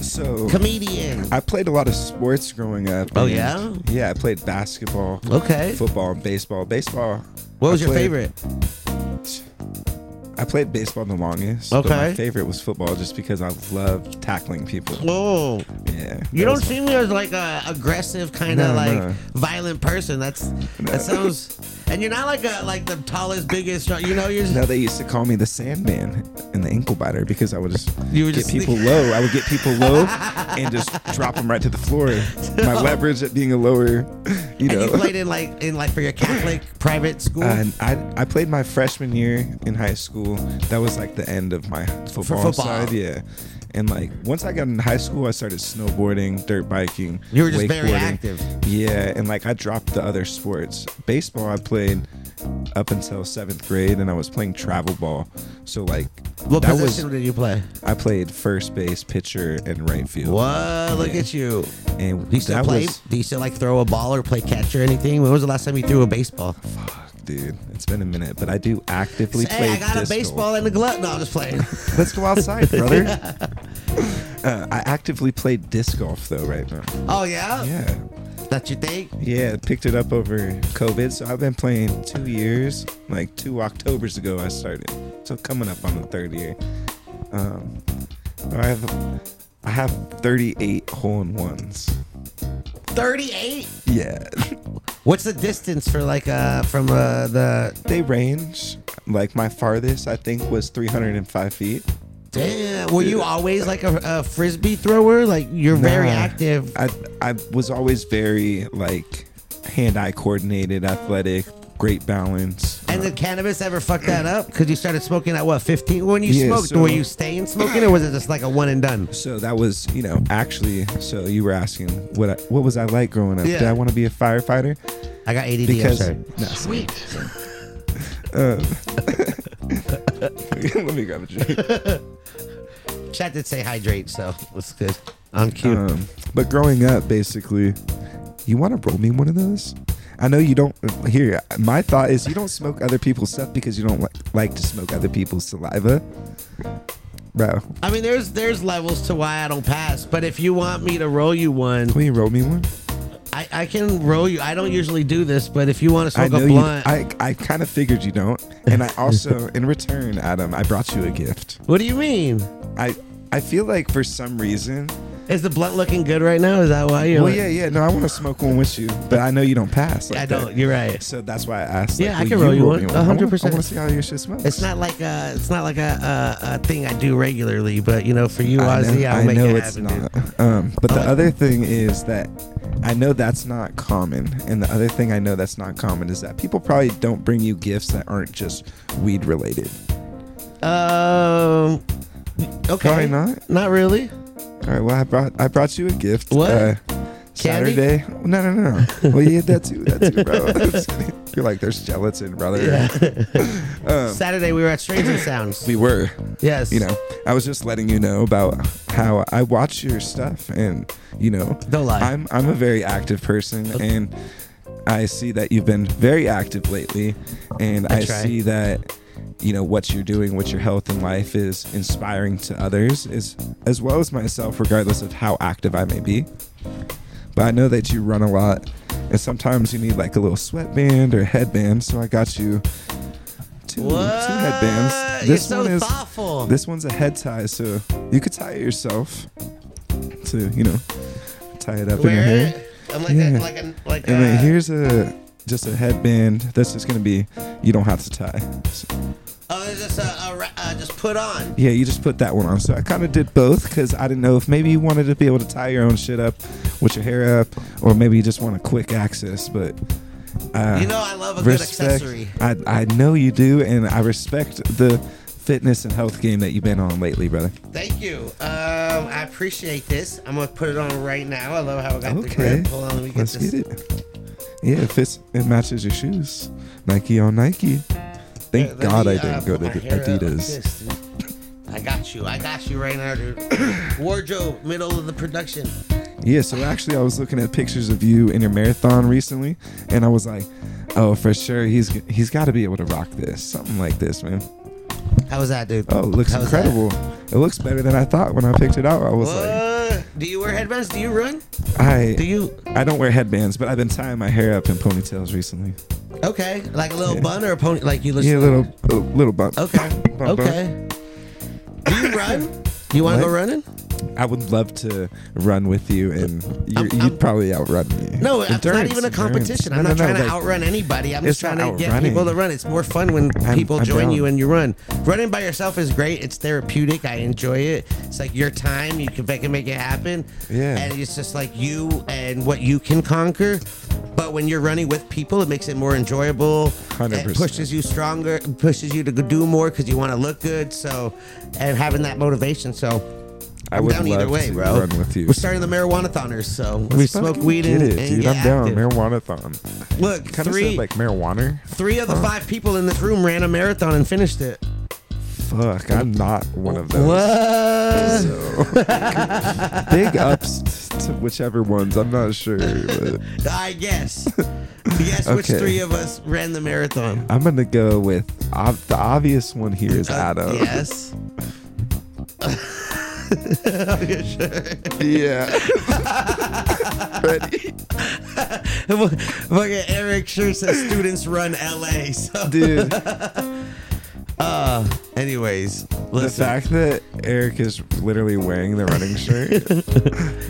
S1: So
S2: comedian.
S1: I played a lot of sports growing up.
S2: Oh,
S1: and-
S2: yeah?
S1: Yeah, I played basketball.
S2: Okay.
S1: Football and baseball. Baseball.
S2: What was
S1: I
S2: your
S1: played-
S2: favorite?
S1: I played baseball the longest. But
S2: Okay.
S1: my favorite was football, just because I loved tackling people.
S2: Oh,
S1: Yeah.
S2: You
S1: that
S2: don't
S1: was
S2: see me as like a aggressive kind of
S1: No,
S2: like
S1: no.
S2: violent person. That's that sounds. And you're not like a like the tallest, biggest. strong- You know, you're
S1: Now they used to call me the Sandman and the ankle biter because I would just
S2: You would
S1: get
S2: just
S1: people
S2: sneak-
S1: low. I would get people low and just drop them right to the floor. My leverage at being a lower, you
S2: and
S1: know.
S2: you played in like in like for your Catholic private school
S1: Uh, I, I played my freshman year in high school. That was like the end of my football,
S2: football.
S1: side. Yeah. And like once I got in high school, I started snowboarding, dirt biking.
S2: You were just very
S1: wakeboarding.
S2: active.
S1: Yeah. And like I dropped the other sports. Baseball, I played up until seventh grade and I was playing travel ball. So like
S2: What
S1: That was-
S2: position did you play?
S1: I played first base, pitcher, and right field.
S2: What? Look
S1: Yeah.
S2: at you.
S1: And
S2: Do you still
S1: that
S2: play?
S1: was-
S2: Do you still like throw a ball or play catch or anything? When was the last time you threw a baseball?
S1: fuck, dude, it's been a minute, but I do actively play.
S2: Hey, I got a
S1: disc golf.
S2: baseball and a glove. No, I'm just playing.
S1: Let's go outside, brother. uh, I actively play disc golf though right now.
S2: Oh yeah?
S1: Yeah,
S2: That's your thing?
S1: yeah. Picked it up over COVID, so I've been playing two years. Like two October's ago, I started. So coming up on the third year. Um, I have I have 38 hole in ones.
S2: 38?
S1: Yeah,
S2: What's the distance for like uh from uh the
S1: they range. Like my farthest, I think, was 305 feet.
S2: Damn, were you always like a, a frisbee thrower? Like you're very
S1: Nah.
S2: active.
S1: I I was always very like hand-eye coordinated, athletic, great balance. Uh,
S2: And did cannabis ever fuck that up? Because you started smoking at what, 15? When you
S1: Yeah,
S2: smoked,
S1: so-
S2: were you staying smoking or was it just like a one and done?
S1: So that was, you know, actually. So you were asking what I, what was I like growing up? Did
S2: Yeah.
S1: I want to be a firefighter?
S2: I got ADD,
S1: Because
S2: I'm sorry.
S1: no,
S3: Sweet.
S1: let me grab a drink.
S2: Chat did say hydrate, so it's good. I'm cute.
S1: Um, but growing up, basically, you want to roll me one of those? I know you don't. Here, my thought is you don't smoke other people's stuff because you don't li- like to smoke other people's saliva, bro.
S2: I mean, there's there's levels to why I don't pass, but if you want me to roll you one,
S1: Will you roll me one?
S2: I, I can roll you. I don't usually do this, but if you want to
S1: I
S2: smoke
S1: know
S2: a
S1: you.
S2: blunt,
S1: I I kind of figured you don't, and I also, in return, Adam, I brought you a gift.
S2: what do you mean?
S1: I I feel like for some reason.
S2: Is the blunt looking good right now? Is that why you?
S1: Well, yeah, yeah. No, I want to smoke one with you, but I know you don't pass. Like
S2: I
S1: that.
S2: don't. You're right.
S1: So that's why I asked.
S2: Yeah, I
S1: will
S2: can roll you one,
S1: me
S2: a
S1: I wanna-
S2: hundred
S1: I
S2: percent.
S1: want to see how your shit smokes.
S2: It's not like a it's not like a, a, a thing I do regularly, but you know, for you,
S1: I know-
S2: Ozzy, I'll
S1: I
S2: make
S1: know
S2: it
S1: it's
S2: happen. dude. Oh.
S1: not. Um, but the
S2: I'll-
S1: other thing is that I know that's not common, and the other thing I know that's not common is that people probably don't bring you gifts that aren't just weed related.
S2: Um. Okay.
S1: Probably not.
S2: Not really.
S1: All right. Well, I brought I brought you a gift. uh,
S2: What? Candy?
S1: Saturday? No, no, no. Well, you had that too. That too, bro. I'm just kidding. You're like there's gelatin, brother. um,
S2: Saturday we were at Stranger Sounds.
S1: we were.
S2: Yes.
S1: You know, I was just letting you know about how I watch your stuff, and you know,
S2: Don't lie.
S1: I'm I'm a very active person, and I see that you've been very active lately, and
S2: I
S1: I,
S2: try.
S1: see that you know what you're doing, what your health and life is inspiring to others, is as well as myself, regardless of how active I may be. But I know that you run a lot, and sometimes you need like a little sweatband or headband, so I got you. Two, two
S2: What?
S1: headbands.
S2: You're
S1: This
S2: so
S1: one is
S2: thoughtful.
S1: this one's a head tie, so you could tie it yourself to, you know, tie it up in your
S2: Wear
S1: hair.
S2: it. I'm like
S1: Yeah.
S2: a, like a, like
S1: And
S2: a,
S1: then here's a just a headband that's just gonna be you don't have to tie. So,
S2: Oh, there's just a, a ra- uh, just put on.
S1: yeah, you just put that one on. So I kind of did both because I didn't know if maybe you wanted to be able to tie your own shit up with your hair up, or maybe you just want a quick access. But uh,
S2: You know, I love a good
S1: respect.
S2: accessory.
S1: I I know you do, and I respect the fitness and health game that you've been on lately, brother.
S2: Thank you. Um, I appreciate this. I'm gonna put it on right now. I love how I got the
S1: Okay.
S2: grip. Hold on, let me get
S1: Let's
S2: this.
S1: get it. Yeah, it fits. It matches your shoes. Nike on Nike. Thank
S2: Let me,
S1: God I
S2: uh,
S1: didn't go
S2: put
S1: to
S2: my
S1: the
S2: hair up like
S1: Adidas.
S2: this, dude. I got you. I got you right now, dude. Wardrobe, middle of the production.
S1: Yeah, so actually, I was looking at pictures of you in your marathon recently, and I was like, "Oh, for sure, he's g- he's got to be able to rock this, something like this, man."
S2: How was that, dude?
S1: Oh, it looks
S2: How was that?
S1: incredible. It looks better than I thought when I picked it out. I was
S2: Uh, do you wear headbands? Do you run?
S1: like, "I
S2: Do you?
S1: I don't wear headbands, but I've been tying my hair up in ponytails recently.
S2: Okay, like a little
S1: Yeah.
S2: bun or a pony? Like you listen.
S1: Yeah, little little, little bump.
S2: Okay.
S1: Bump, bump.
S2: okay. Do you run? You want to go
S1: What?
S2: running?
S1: I would love to run with you, and you,
S2: I'm-
S1: you'd
S2: I'm-
S1: probably outrun me.
S2: No, it's
S1: Endurance,
S2: not even a
S1: endurance.
S2: competition. I'm
S1: No,
S2: not
S1: no,
S2: trying to
S1: like,
S2: outrun anybody. I'm just
S1: It's
S2: trying
S1: not
S2: to get
S1: outrunning.
S2: people to run. It's more fun when
S1: I'm-
S2: people
S1: I'm
S2: join
S1: down.
S2: you and you run. Running by yourself is great. It's therapeutic. I enjoy it. It's like your time. You can make it, make it happen.
S1: Yeah.
S2: And it's just like you and what you can conquer. But when you're running with people, it makes it more enjoyable.
S1: 100%.
S2: It pushes you stronger. Pushes you to do more because you want to look good. So, and having that motivation. So.
S1: I
S2: I'm
S1: would
S2: down
S1: love
S2: either way,
S1: to
S2: bro.
S1: run with you.
S2: We're starting the marijuana thoners, so we
S1: Let's
S2: smoke
S1: fucking
S2: weed
S1: get
S2: and,
S1: it,
S2: and
S1: dude.
S2: get
S1: I'm down.
S2: active.
S1: Marijuana thon.
S2: Look,
S1: Kind of
S2: three
S1: said like marijuana.
S2: three of the five people in this room ran a marathon and finished it.
S1: fuck, I'm not one of those.
S2: What?
S1: Big ups to whichever ones. I'm not sure. But
S2: I guess. Guess which
S1: Okay.
S2: three of us ran the marathon?
S1: I'm gonna go with ob- the obvious one here is
S2: Uh,
S1: Adam.
S2: Yes. Are you sure?
S1: Yeah. Ready?
S2: Fucking Eric sure says students run LA. So,
S1: Dude,
S2: uh, anyways,
S1: the
S2: listen.
S1: fact that Eric is literally wearing the running shirt,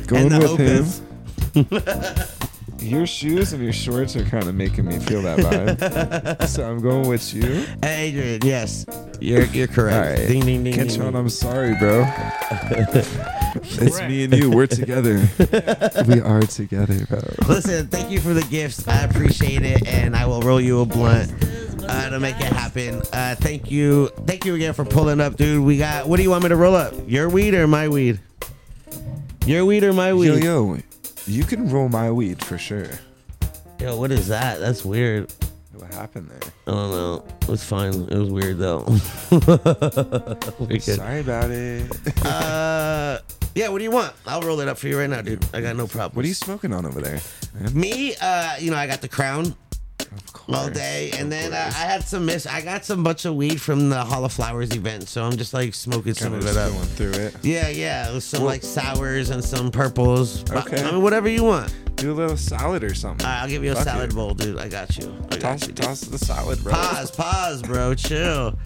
S1: going
S2: And the
S1: with
S2: Opus.
S1: him. Your shoes and your shorts are kind of making me feel that vibe. so I'm going with you.
S2: Adrian, yes, you're you're
S1: All
S2: correct.
S1: right.
S2: Ding ding ding. ding,
S1: Kentron,
S2: ding.
S1: I'm sorry, bro. it's me and you. We're together. we are together, bro.
S2: Listen, thank you for the gifts. I appreciate it, and I will roll you a blunt uh, to make it happen. Uh, thank you, thank you again for pulling up, dude. We got. What do you want me to roll up? Your weed or my weed? Your weed or my
S1: Yo,
S2: weed?
S1: yo, you can roll my weed for sure.
S2: Yo, what is that? That's weird.
S1: What happened there?
S2: I don't know. It was fine. It was weird though. We're good.
S1: Sorry about it.
S2: Uh, yeah. What do you want? I'll roll it up for you right now, dude. I got no problem.
S1: what are you smoking on over there? man?
S2: Me, uh, you know, I got the crown.
S1: Of course.
S2: all day.
S1: of
S2: And then uh,
S1: course.
S2: I had some miss. I got some bunch of weed from the Hall of Flowers event, so I'm just like smoking some
S1: Kinda
S2: of it
S1: just
S2: up.
S1: going through it.
S2: Yeah, yeah, it was some like sours and some purples. But,
S1: Okay.
S2: I mean, whatever you want.
S1: Do a little salad or something.
S2: All right, I'll give you a
S1: Fuck
S2: salad
S1: it.
S2: bowl, dude. I got you. I got
S1: Toss,
S2: you, dude.
S1: toss the salad, bro.
S2: Pause, pause, bro. Chill.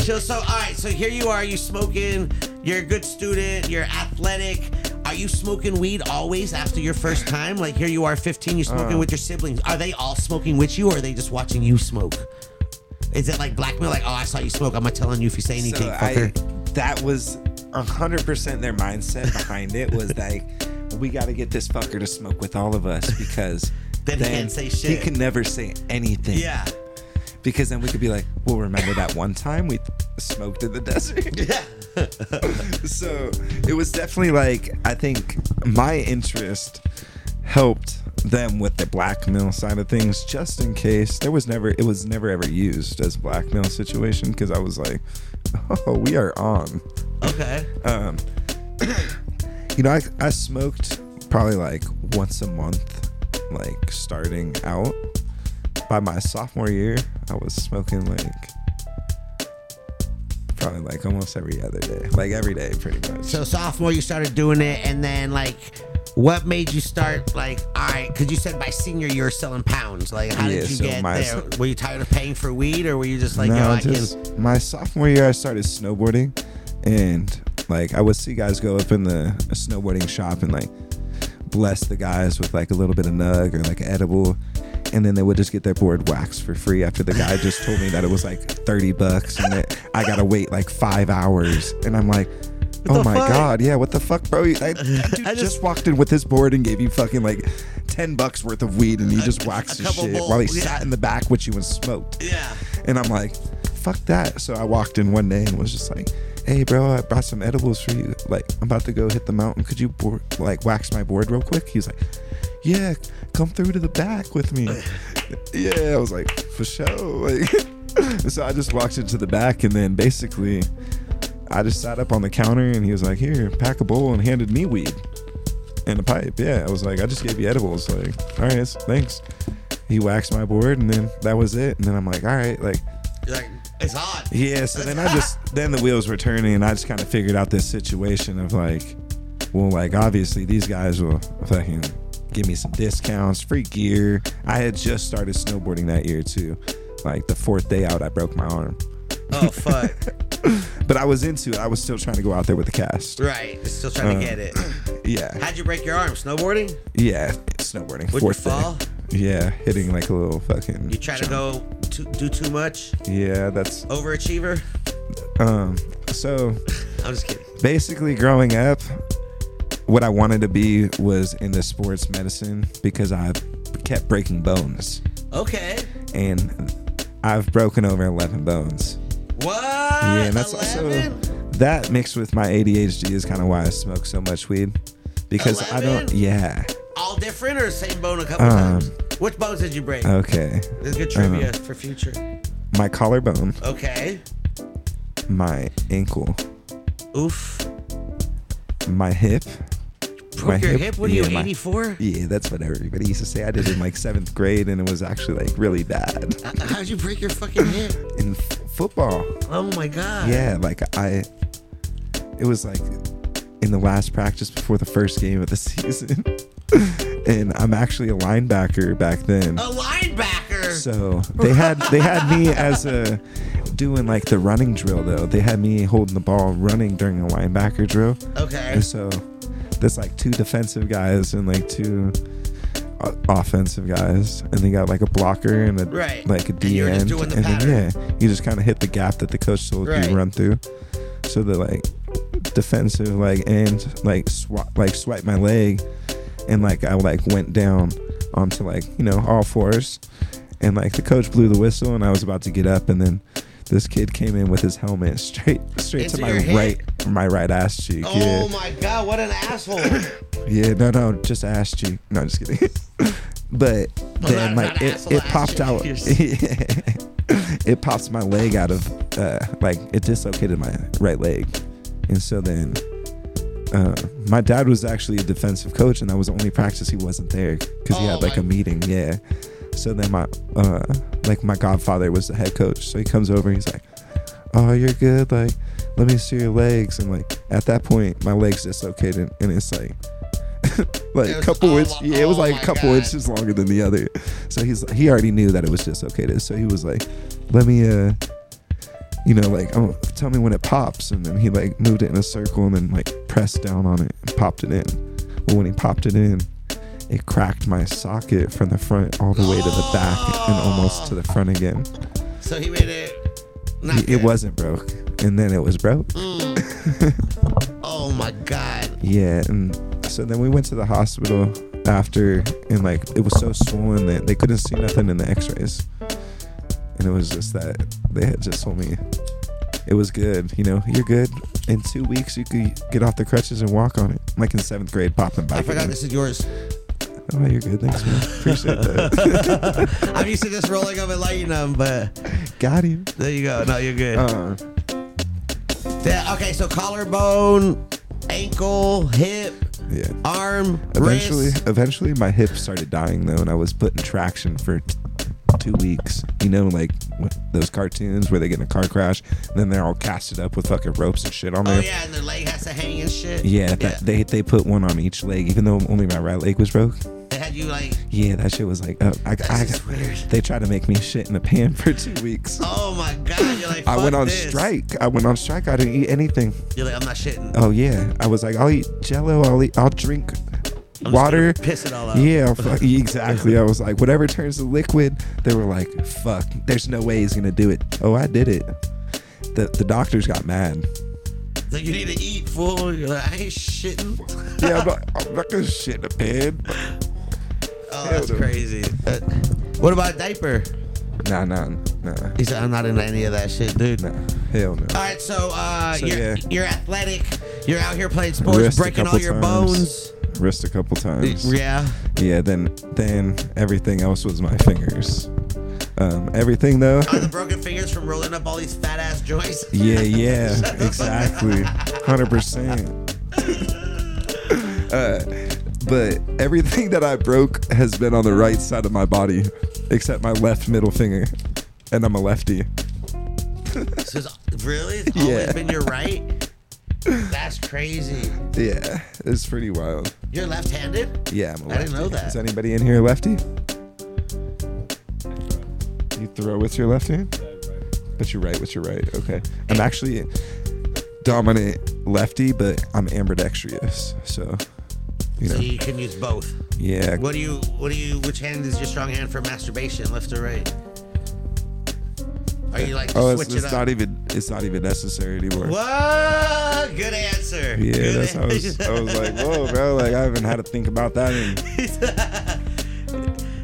S2: Chill. So, all right. So here you are. You smoking. You're a good student. You're athletic. Are you smoking weed always after your first time? Like here you are, 15. You're smoking
S3: Uh.
S2: with your siblings. Are they all smoking with you, or are they just watching you smoke? Is it like blackmail? Like, oh, I saw you smoke. I'm not telling you if you say anything,
S3: So I,
S2: fucker.
S3: that was 100% their mindset behind it was like, we got to get this fucker to smoke with all of us because
S2: Then he can't say
S3: He
S2: shit.
S3: can never say anything.
S2: yeah.
S3: Because then we could be like, well, remember that one time we smoked in the desert?
S2: Yeah.
S3: so
S1: it was definitely like I think my interest helped them with the blackmail side of things just in case there was never it was never ever used as blackmail situation because I was like oh we are on
S2: Okay.
S1: um you know I, I smoked probably like once a month like starting out by my sophomore year I was smoking like probably like almost every other day like every day pretty much
S2: So sophomore, you started doing it, and then like, what made you start? Like, all right, because you said by senior you were selling pounds. Like, how
S1: Yeah,
S2: did you
S1: so
S2: get
S1: my-
S2: there? Were you tired of paying for weed, or were you just like, yo, I can?
S1: my sophomore year, I started snowboarding, and like I would see guys go up in the a snowboarding shop and like bless the guys with like a little bit of nug or like an edible, and then they would just get their board waxed for free after the guy just told me that it was like thirty bucks and that I gotta wait like five hours, and I'm like.
S2: the
S1: Oh my
S2: fuck?
S1: god, yeah, what the fuck, bro? I, dude
S2: I
S1: just,
S2: just-
S1: walked in with his board and gave you fucking like 10 bucks worth of weed and he just waxed his
S2: couple
S1: shit
S2: bowls,
S1: while he
S2: yeah.
S1: sat in the back with you and smoked.
S2: Yeah.
S1: And I'm like, fuck that. So I walked in one day and was just like, hey, bro, I brought some edibles for you. Like, I'm about to go hit the mountain. Could you, board, like, wax my board real quick? He's like, yeah, come through to the back with me. yeah, I was like, for sure. Like, so I just walked into the back and then basically I just sat up on the counter and he was like, here, pack a bowl and handed me weed and a pipe. Yeah, I was like, I just gave you edibles. Like, all right, thanks. He waxed my board and then that was it. And then I'm like, all right, like,
S2: You're like, it's hot.
S1: yeah, so then I just then the wheels were turning and I just kind of figured out this situation of like, well, like obviously these guys will fucking give me some discounts, free gear. I had just started snowboarding that year too. Like the fourth day out, I broke my arm,
S2: Oh fuck.
S1: but I was into it. I was still trying to go out there with the cast.
S2: right. Still trying to get it.
S1: Uh. Yeah,
S2: How'd you break your arm? Snowboarding?
S1: yeah, snowboarding.
S2: Would you
S1: fourth day.
S2: fall?
S1: Yeah, hitting like a little fucking.
S2: You try to go to, do too much?
S1: Yeah, that's
S2: Overachiever? Oh.
S1: um. So
S2: I'm just kidding.
S1: basically growing up what i wanted to be was into sports medicine because i kept breaking bones
S2: Okay.
S1: and i've broken over 11 bones
S2: What?
S1: yeah and that's
S2: 11?
S1: also that mixed with my adhd is kind of why i smoke so much weed because i don't
S2: 11?
S1: yeah
S2: all different or same bone a couple
S1: Um,
S2: times? Which bones did you break?
S1: okay Uh-huh.
S2: This is good trivia for future.
S1: my collarbone
S2: Okay.
S1: my ankle,
S2: Oof.
S1: my hip.
S2: Broke your hip? What are
S1: yeah,
S2: you,
S1: my-
S2: 84?
S1: yeah, that's what everybody used to say. I did it in like seventh grade, and it was actually like really bad
S2: How- How'd you break your fucking hip?
S1: in f- football.
S2: Oh my god.
S1: Yeah, like I, it was like in the last practice before the first game of the season, and I'm actually a linebacker back then.
S2: A linebacker.
S1: So they had they had me as a doing like the running drill though. They had me holding the ball running during a linebacker drill.
S2: okay.
S1: And so uh, there's like two defensive guys and like two o- offensive guys, and they got like a blocker and a
S2: Right.
S1: like a
S2: And you
S1: D
S2: were just
S1: end,
S2: doing the
S1: and then,
S2: pattern.
S1: yeah, you just kind of hit the gap that the coach told
S2: Right.
S1: you run through. So the like defensive like and like swat like swipe my leg, and like I like went down onto like you know all fours, and like the coach blew the whistle, and I was about to get up, and then. This kid came in with his helmet straight, straight
S2: Into
S1: to my
S2: your hip.
S1: right, my right ass cheek. yeah.
S2: Oh my god, what an asshole.
S1: Yeah, no, no, just ass cheek. No, just kidding. but then,
S2: not-
S1: like,
S2: not
S1: it,
S2: asshole,
S1: it
S2: ass
S1: popped
S2: cheek.
S1: out. it pops my leg out of, uh, like, it dislocated my right leg. And so then, uh, my dad was actually a defensive coach, and that was the only practice he wasn't there because he
S2: Oh,
S1: had, like,
S2: my-
S1: a meeting. Yeah. So then, my, uh, like, my godfather was the head coach. So he comes over, he's like, oh you're good like let me see your legs and like at that point my legs dislocated and it's like like
S2: It
S1: a
S2: was
S1: couple
S2: all-
S1: inches yeah it was
S2: oh
S1: like
S2: my
S1: a couple
S2: God.
S1: inches longer than the other so he's he already knew that it was dislocated so he was like let me uh you know like oh, tell me when it pops and then he like moved it in a circle and then like pressed down on it and popped it in well when he popped it in it cracked my socket from the front all the way to the back and almost to the front again
S2: so he made it. Not
S1: it
S2: good. Mm.
S1: wasn't broke and then it was broke
S2: Oh my god.
S1: Yeah, and so then we went to the hospital after, and like it was so swollen that they couldn't see nothing in the X-rays, and it was just that they had just told me it was good. You know, you're good. In two weeks, you could get off the crutches and walk on it, like in seventh grade, popping
S2: I
S1: back.
S2: forgot this is yours.
S1: Oh, you're good. Thanks, man. Appreciate that.
S2: I'm used to just rolling up and lighting them, but
S1: Got him.
S2: there you go. No, you're good.
S1: Uh,
S2: Yeah, okay, so collarbone, ankle, hip,
S1: yeah.
S2: arm,
S1: Eventually,
S2: wrist.
S1: eventually, my hip started dying though, and I was put in traction for t- two weeks. You know, like wh- those cartoons where they get in a car crash, and then they're all casted up with fucking ropes and shit on
S2: Oh
S1: there.
S2: yeah, and their leg has to hang and shit.
S1: Yeah, that, they they put one on each leg, even though only my right leg was broke.
S2: They had you like,
S1: Yeah, that shit was like, up. I, I,
S2: just weird.
S1: they tried to make me shit in the pan for two weeks.
S2: oh my god, you're like.
S1: I went
S2: "Fuck
S1: on
S2: this."
S1: strike. I went on strike. I didn't eat anything.
S2: You're like, I'm not shitting.
S1: Oh yeah, I was like, I'll eat Jello. I'll eat. I'll drink
S2: I'm just
S1: water.
S2: gonna piss it all out.
S1: Yeah, fuck, exactly. I was like, whatever turns to liquid, they were like, fuck, there's no way he's gonna do it. Oh, I did it. The the doctors got mad.
S2: Like you need to eat, fool. You're like, I ain't shitting.
S1: Yeah, I'm not, I'm not gonna shit in a pan.
S2: Oh, that's
S1: no.
S2: crazy. Uh, what about diaper?
S1: Nah, nah, nah,
S2: He said, I'm not into any of that shit, dude.
S1: nah. Hell no.
S2: All right, so, uh,
S1: So,
S2: you're,
S1: yeah.
S2: you're athletic. You're out here playing sports,
S1: Wrist a
S2: breaking all
S1: couple
S2: your
S1: times. Wrist a couple
S2: bones.
S1: times.
S2: Yeah.
S1: Yeah, then then everything else was my fingers. Um, everything though.
S2: Are the broken fingers from rolling up all these fat ass joints?
S1: Yeah, yeah, exactly, hundred percent. Uh, But everything that I broke has been on the right side of my body, except my left middle finger, and I'm a lefty.
S2: So it's, really? It's always
S1: Yeah.
S2: been your right? That's crazy.
S1: Yeah, it's pretty wild.
S2: You're left handed?
S1: Yeah, I'm a
S2: I
S1: lefty.
S2: didn't know that.
S1: Is anybody in here a lefty? You throw with your left hand, but you're right with your right. Okay, I'm actually dominant lefty, but I'm ambidextrous, so you
S2: So
S1: know,
S2: you can use both.
S1: yeah.
S2: What do you, what do you, which hand is your strong hand for masturbation, left or right? Are you like,
S1: Oh,
S2: switch
S1: it's, it's
S2: it up?
S1: not even it's not even necessary anymore.
S2: Whoa! Good answer.
S1: Yeah,
S2: Good
S1: that's how I was, I was like, whoa, bro, like I haven't had to think about that. in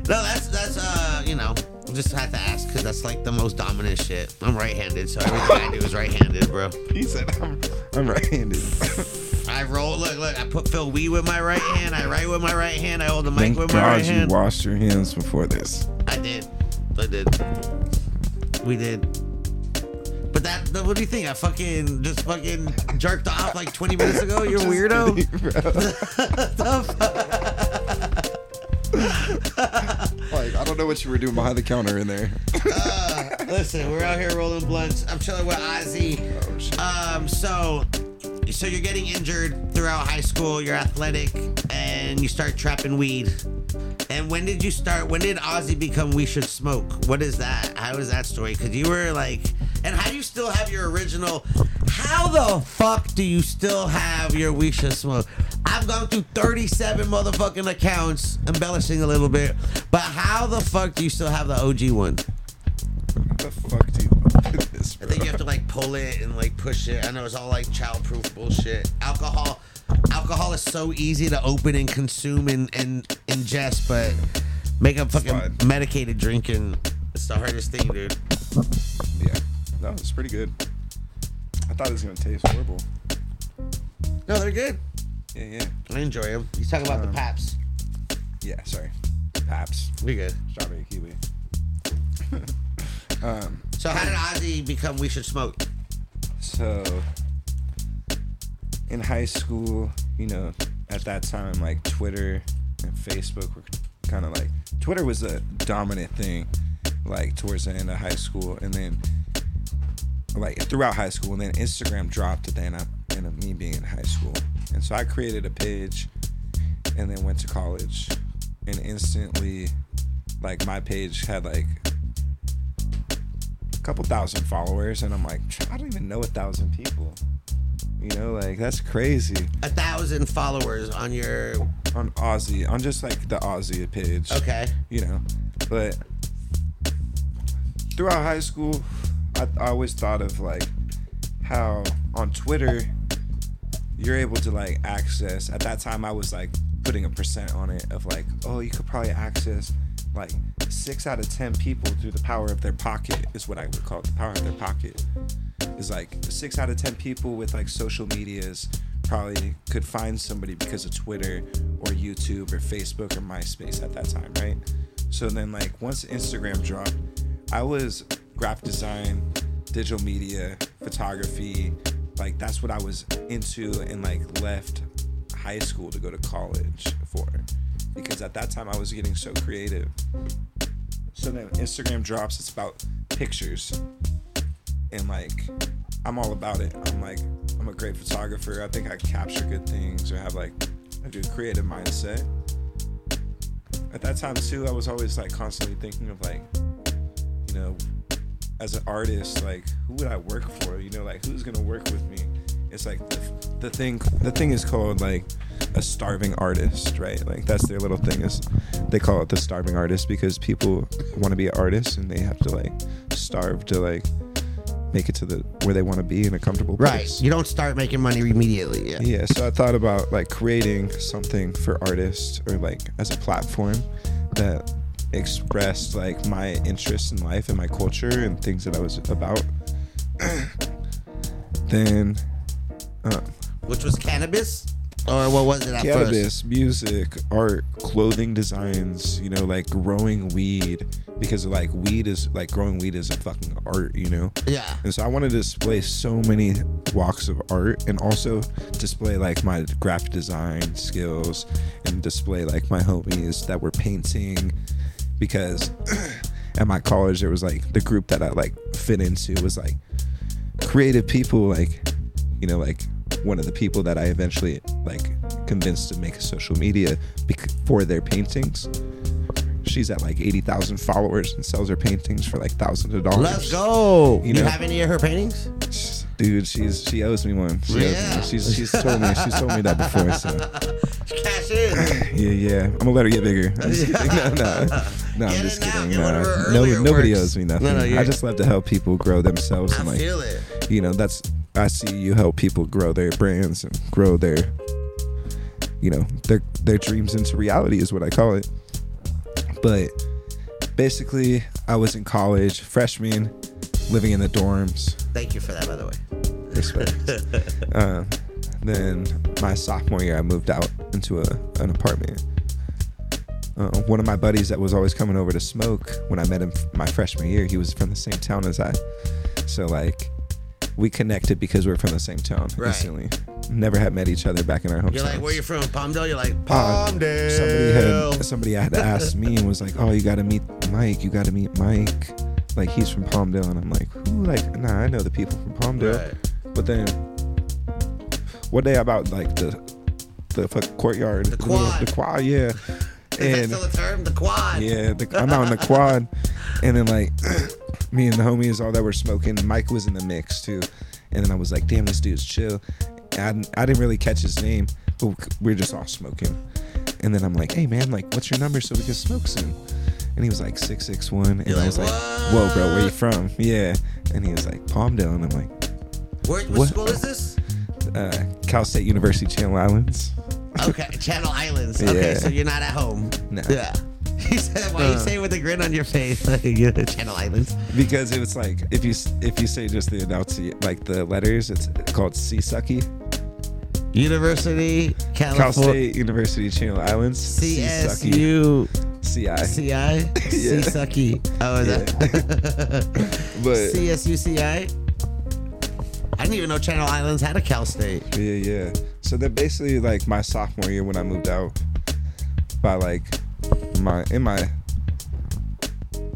S2: No, that's that's uh, you know, just had to ask because that's like the most dominant shit. I'm right-handed, so everything I do is right-handed, bro.
S1: he said, I'm, I'm right-handed.
S2: I roll. Look, look. I put Phil Wee with my right hand. I write with my right hand. I hold the mic
S1: Thank
S2: with my
S1: God
S2: right
S1: you
S2: hand.
S1: washed your hands before this.
S2: I did. I did. We did. But that no, what do you think? I fucking just fucking jerked off like 20 minutes ago. You're a weirdo.
S1: Like, I don't know what you were doing behind the counter in there.
S2: Listen, we're out here rolling blunts. I'm chilling with Ozzy.
S1: Oh, shit.
S2: Um, so, so you're getting injured throughout high school. You're athletic, and you start trapping weed. And when did you start? When did Ozzy become We Should Smoke? What is that? How is that story? Because you were like, and how do you still have your original? How the fuck do you still have your We Should Smoke? I've gone through 37 motherfucking accounts, embellishing a little bit, but how the fuck do you still have the OG one?
S1: What the fuck do you open this,
S2: I
S1: bro?
S2: think you have to like pull it and like push it. I know it's all like childproof bullshit. Alcohol, alcohol is so easy to open and consume and and ingest, but make a fucking
S1: fine.
S2: medicated drinking. It's the hardest thing, dude.
S1: Yeah. No, it's pretty good. I thought it was gonna taste horrible.
S2: No, they're good.
S1: Yeah, yeah.
S2: I enjoy them. You talk about the Paps.
S1: Yeah, sorry. Paps.
S2: We good.
S1: Strawberry kiwi.
S2: So how did Ozzy become We Should Smoke?
S1: So in high school, you know, at that time like Twitter and Facebook were kind of like Twitter was a dominant thing like towards the end of high school and then like throughout high school and then Instagram dropped at the end of, end of me being in high school. And so I created a page and then went to college and instantly like my page had like a couple thousand followers and I'm like I don't even know a thousand people you know like that's crazy
S2: A thousand followers on your
S1: on Aussie on just like the Aussie page
S2: okay.
S1: you know but throughout high school I, I always thought of like how on Twitter you're able to like access at that time I was like putting a percent on it of like oh you could probably access like six out of ten people through the power of their pocket is what I would call it, the power of their pocket is like six out of ten people with like social medias probably could find somebody because of Twitter or YouTube or Facebook or MySpace at that time right so then like once Instagram dropped I was graphic design digital media photography like that's what I was into and like left high school to go to college for because at that time I was getting so creative. So then Instagram drops, it's about pictures. And like I'm all about it. I'm like I'm a great photographer. I think I capture good things or have like a good creative mindset. At that time too, I was always like constantly thinking of like you know, as an artist, like who would I work for? You know, like who's gonna work with me? It's like the, the thing. The thing is called like a starving artist, right? Like that's their little thing is they call it the starving artist because people want to be artists and they have to like starve to like make it to the where they want to be in a comfortable
S2: Right.
S1: place.
S2: You don't start making money immediately. Yeah.
S1: Yeah, so I thought about like creating something for artists or like as a platform that expressed like my interests in life and my culture and things that I was about. then uh,
S2: Which was cannabis, or what was it at first?
S1: cannabis, music, art, clothing designs, you know, like growing weed because like weed is like growing weed is a fucking art, you know.
S2: Yeah.
S1: And so I want to display so many walks of art and also display like my graphic design skills and display like my homies that were painting because at my college there was like the group that I like fit into was like creative people like you know like one of the people that I eventually like convinced to make a social media bec- for their paintings. She's at like 80,000 followers and sells her paintings for like thousands of dollars
S2: Let's go. You,
S1: You know-
S2: have any of her paintings?
S1: dude she's she owes me one she owes
S2: Yeah.
S1: me. she's she's told me she's told me that before so
S2: Cash in.
S1: yeah yeah i'm gonna let her get bigger i'm just kidding no no no i'm
S2: Get
S1: just
S2: it out.
S1: kidding
S2: Get one of her
S1: no, no
S2: earlier
S1: nobody
S2: works.
S1: owes me nothing
S2: No, no, you're-
S1: i just love to help people grow themselves
S2: I
S1: and like
S2: feel it.
S1: you know that's i see you help people grow their brands and grow their you know their their dreams into reality is what i call it but basically i was in college freshman living in the dorms
S2: Thank you for that, by the way.
S1: respect. um, then my sophomore year, I moved out into a, an apartment. Uh, one of my buddies that was always coming over to smoke when I met him f- my freshman year, he was from the same town as I. So like, we connected because we're from the same town
S2: Right.
S1: instantly. Never had met each other back in our hometown.
S2: You're like, where you from? Palmdale? You're like,
S1: Uh, Somebody
S2: Palmdale.
S1: had somebody had asked me and was like, "Oh, you got to meet Mike. You got to meet Mike. Like he's from Palmdale." And I'm like, "Who? Like, nah, I know the people from Palmdale." But then one day about like the the fuck courtyard, the
S2: quad.
S1: the quad, yeah.
S2: Is
S1: And
S2: that still a term? The quad.
S1: yeah, the, I'm out in the quad, and then like me and the homies, all that were smoking. Mike was in the mix too, and then I was like, "Damn, this dude's chill." And I, I didn't really catch his name, but we we're just all smoking. And then I'm like, "Hey man, like, what's your number so we can smoke soon?" And he was like, "661," and
S2: You're
S1: I
S2: like,
S1: was like, "Whoa, bro, where you from?" Yeah, and he was like, "Palmdale," and I'm like,
S2: Where, what,
S1: What-
S2: school is this?
S1: uh, "Cal State University, Channel Islands."
S2: Okay, Channel Islands. Okay,
S1: Yeah.
S2: so you're not at home.
S1: No. Uh.
S2: Yeah. He said, why you say it with a grin on your face? Like, you're at Channel Islands.
S1: Because it was like if you s- if you say just the enunciate like the letters, it's called Sea Sucky.
S2: University,
S1: E. Cal
S2: California.
S1: State University Channel Islands. C-Sucky.
S2: CSU.
S1: CI.
S2: CI? C-Sucky. Oh, is that?
S1: But
S2: CSUCI? I didn't even know Channel Islands had a Cal State.
S1: yeah, yeah. So then basically like my sophomore year when I moved out by like my in my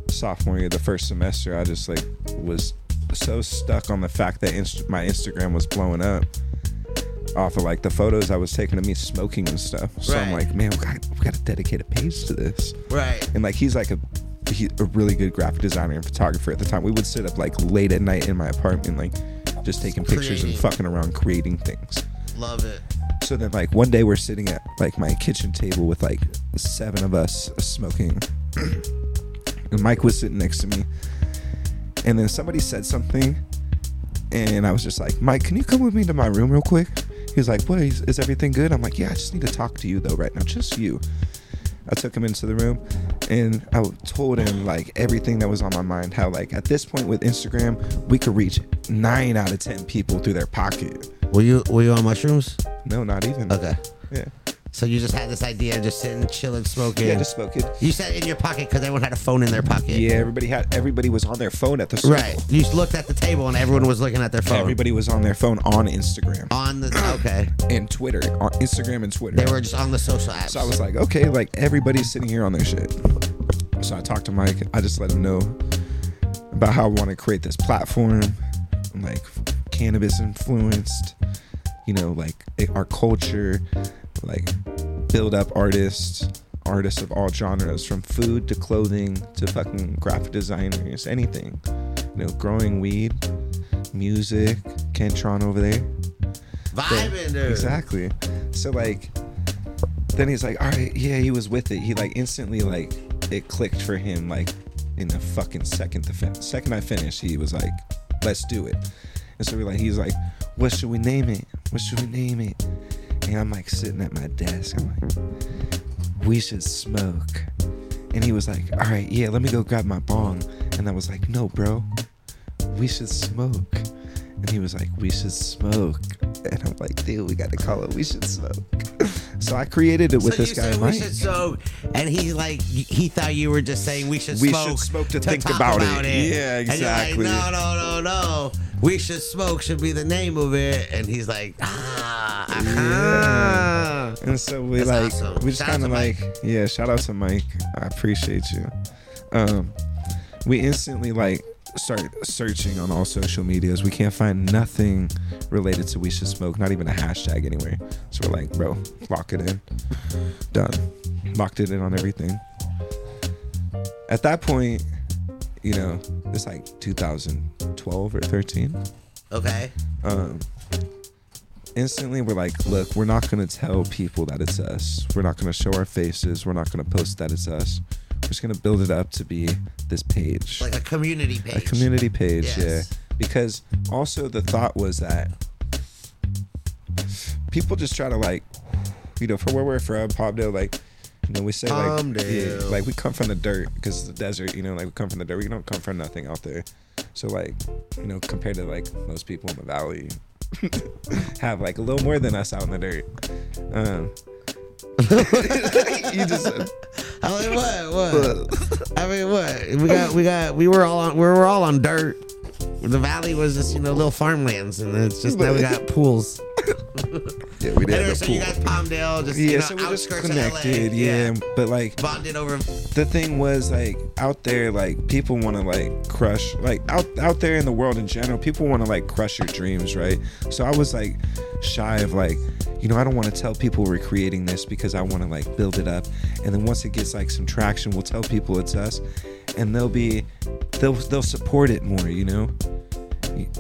S1: sophomore year the first semester I just like was so stuck on the fact that inst- my Instagram was blowing up off of like the photos I was taking of me smoking and stuff. So I'm
S2: Right.
S1: like, man, we got we got to dedicate a page to this.
S2: Right.
S1: and like he's like a he, a really good graphic designer and photographer at the time. We would sit up like late at night in my apartment, like just taking pictures and
S2: Creating.
S1: fucking around creating things.
S2: Love it.
S1: So then like one day we're sitting at like my kitchen table with like seven of us smoking. and Mike was sitting next to me. And then somebody said something and I was just like, "Mike, can you come with me to my room real quick?" He's like, "What? Is, is everything good?" I'm like, "Yeah, I just need to talk to you though right now, just you." I took him into the room and I told him like everything that was on my mind. How like at this point with Instagram, we could reach 9 out of 10 people through their pocket.
S2: Were you were you on mushrooms?
S1: No, not even.
S2: Okay.
S1: Yeah.
S2: So you just had this idea of just sitting, chilling, smoking.
S1: Yeah, just smoking.
S2: you said in your pocket because everyone had a phone in their pocket.
S1: Yeah, everybody had everybody was on their phone at the circle.
S2: Right. You just looked at the table and everyone was looking at their phone.
S1: Everybody was on their phone on Instagram
S2: on the okay.
S1: and Twitter, on Instagram and Twitter.
S2: They were just on the social apps.
S1: so I was like, okay, like everybody's sitting here on their shit. So I talked to Mike. I just let him know about how I want to create this platform, and, like cannabis influenced, you know, like it- our culture, like build up artists, artists of all genres, from food to clothing to fucking graphic designers, anything. You know, growing weed, music, Cantron over there.
S2: vibing, dude.
S1: Exactly. So like, then he's like, all right, yeah, he was with it. He like instantly like it clicked for him like in a fucking second. The fin- second I finished, he was like, let's do it. And so we're like, he's like, what should we name it? What should we name it? And I'm like sitting at my desk. I'm like, we should smoke. And he was like, all right, yeah, let me go grab my bong. And I was like, no, bro, we should smoke. And he was like, we should smoke. And I'm like, dude, we got to call it We Should Smoke. So I created it with
S2: so
S1: this
S2: you
S1: guy,
S2: said
S1: Mike.
S2: we should smoke, and he like he thought you were just saying we should
S1: We
S2: smoke.
S1: should smoke to think
S2: talk
S1: about it.
S2: And
S1: Yeah,
S2: you're like,
S1: exactly.
S2: no, no, no, no. We should smoke should be the name of it, and he's like, ah,
S1: Yeah.
S2: ah.
S1: And so we
S2: That's
S1: like
S2: awesome.
S1: we just
S2: Shout out
S1: kind of
S2: to Mike.
S1: like yeah, shout out to Mike. I appreciate you. Um, we instantly like start searching on all social medias. We can't find nothing related to we should smoke, not even a hashtag anywhere. So we're like, bro, lock it in. Done. Locked it in on everything. At that point, you know, it's like 2012 or 13
S2: ah." Okay.
S1: um, instantly we're like, look, we're not gonna tell people that it's us. We're not gonna show our faces. We're not gonna post that it's us. We're just gonna build it up to be this page,
S2: Like a community page.
S1: a community page.
S2: Yes.
S1: Yeah, because also the thought was that people just try to like, you know, for where we're from, Palmdale, like. You know, we say like,
S2: Palmdale.
S1: yeah, like we come from the dirt because the desert. You know, like we come from the dirt. We don't come from nothing out there. So like, you know, compared to like most people in the valley, have like a little more than us out in the dirt. Um, you just
S2: I mean, what? What? I mean, what? We got, we got, we were all on, we were all on dirt. The valley was just you know little farmlands, and it's just now we got pools.
S1: Yeah, we did
S2: Anyway,
S1: have
S2: so
S1: a
S2: you
S1: pool.
S2: got Palmdale, just you
S1: Yeah,
S2: know,
S1: so we're just
S2: outskirts
S1: connected.
S2: of LA.
S1: Yeah. but like
S2: bonded over.
S1: the thing was, like out there, like people want to like crush, like out out there in the world in general, people want to like crush your dreams, right? So I was like shy of like, you know, I don't want to tell people we're creating this because I want to like build it up, and then once it gets like some traction, we'll tell people it's us, and they'll be, they'll they'll support it more, you know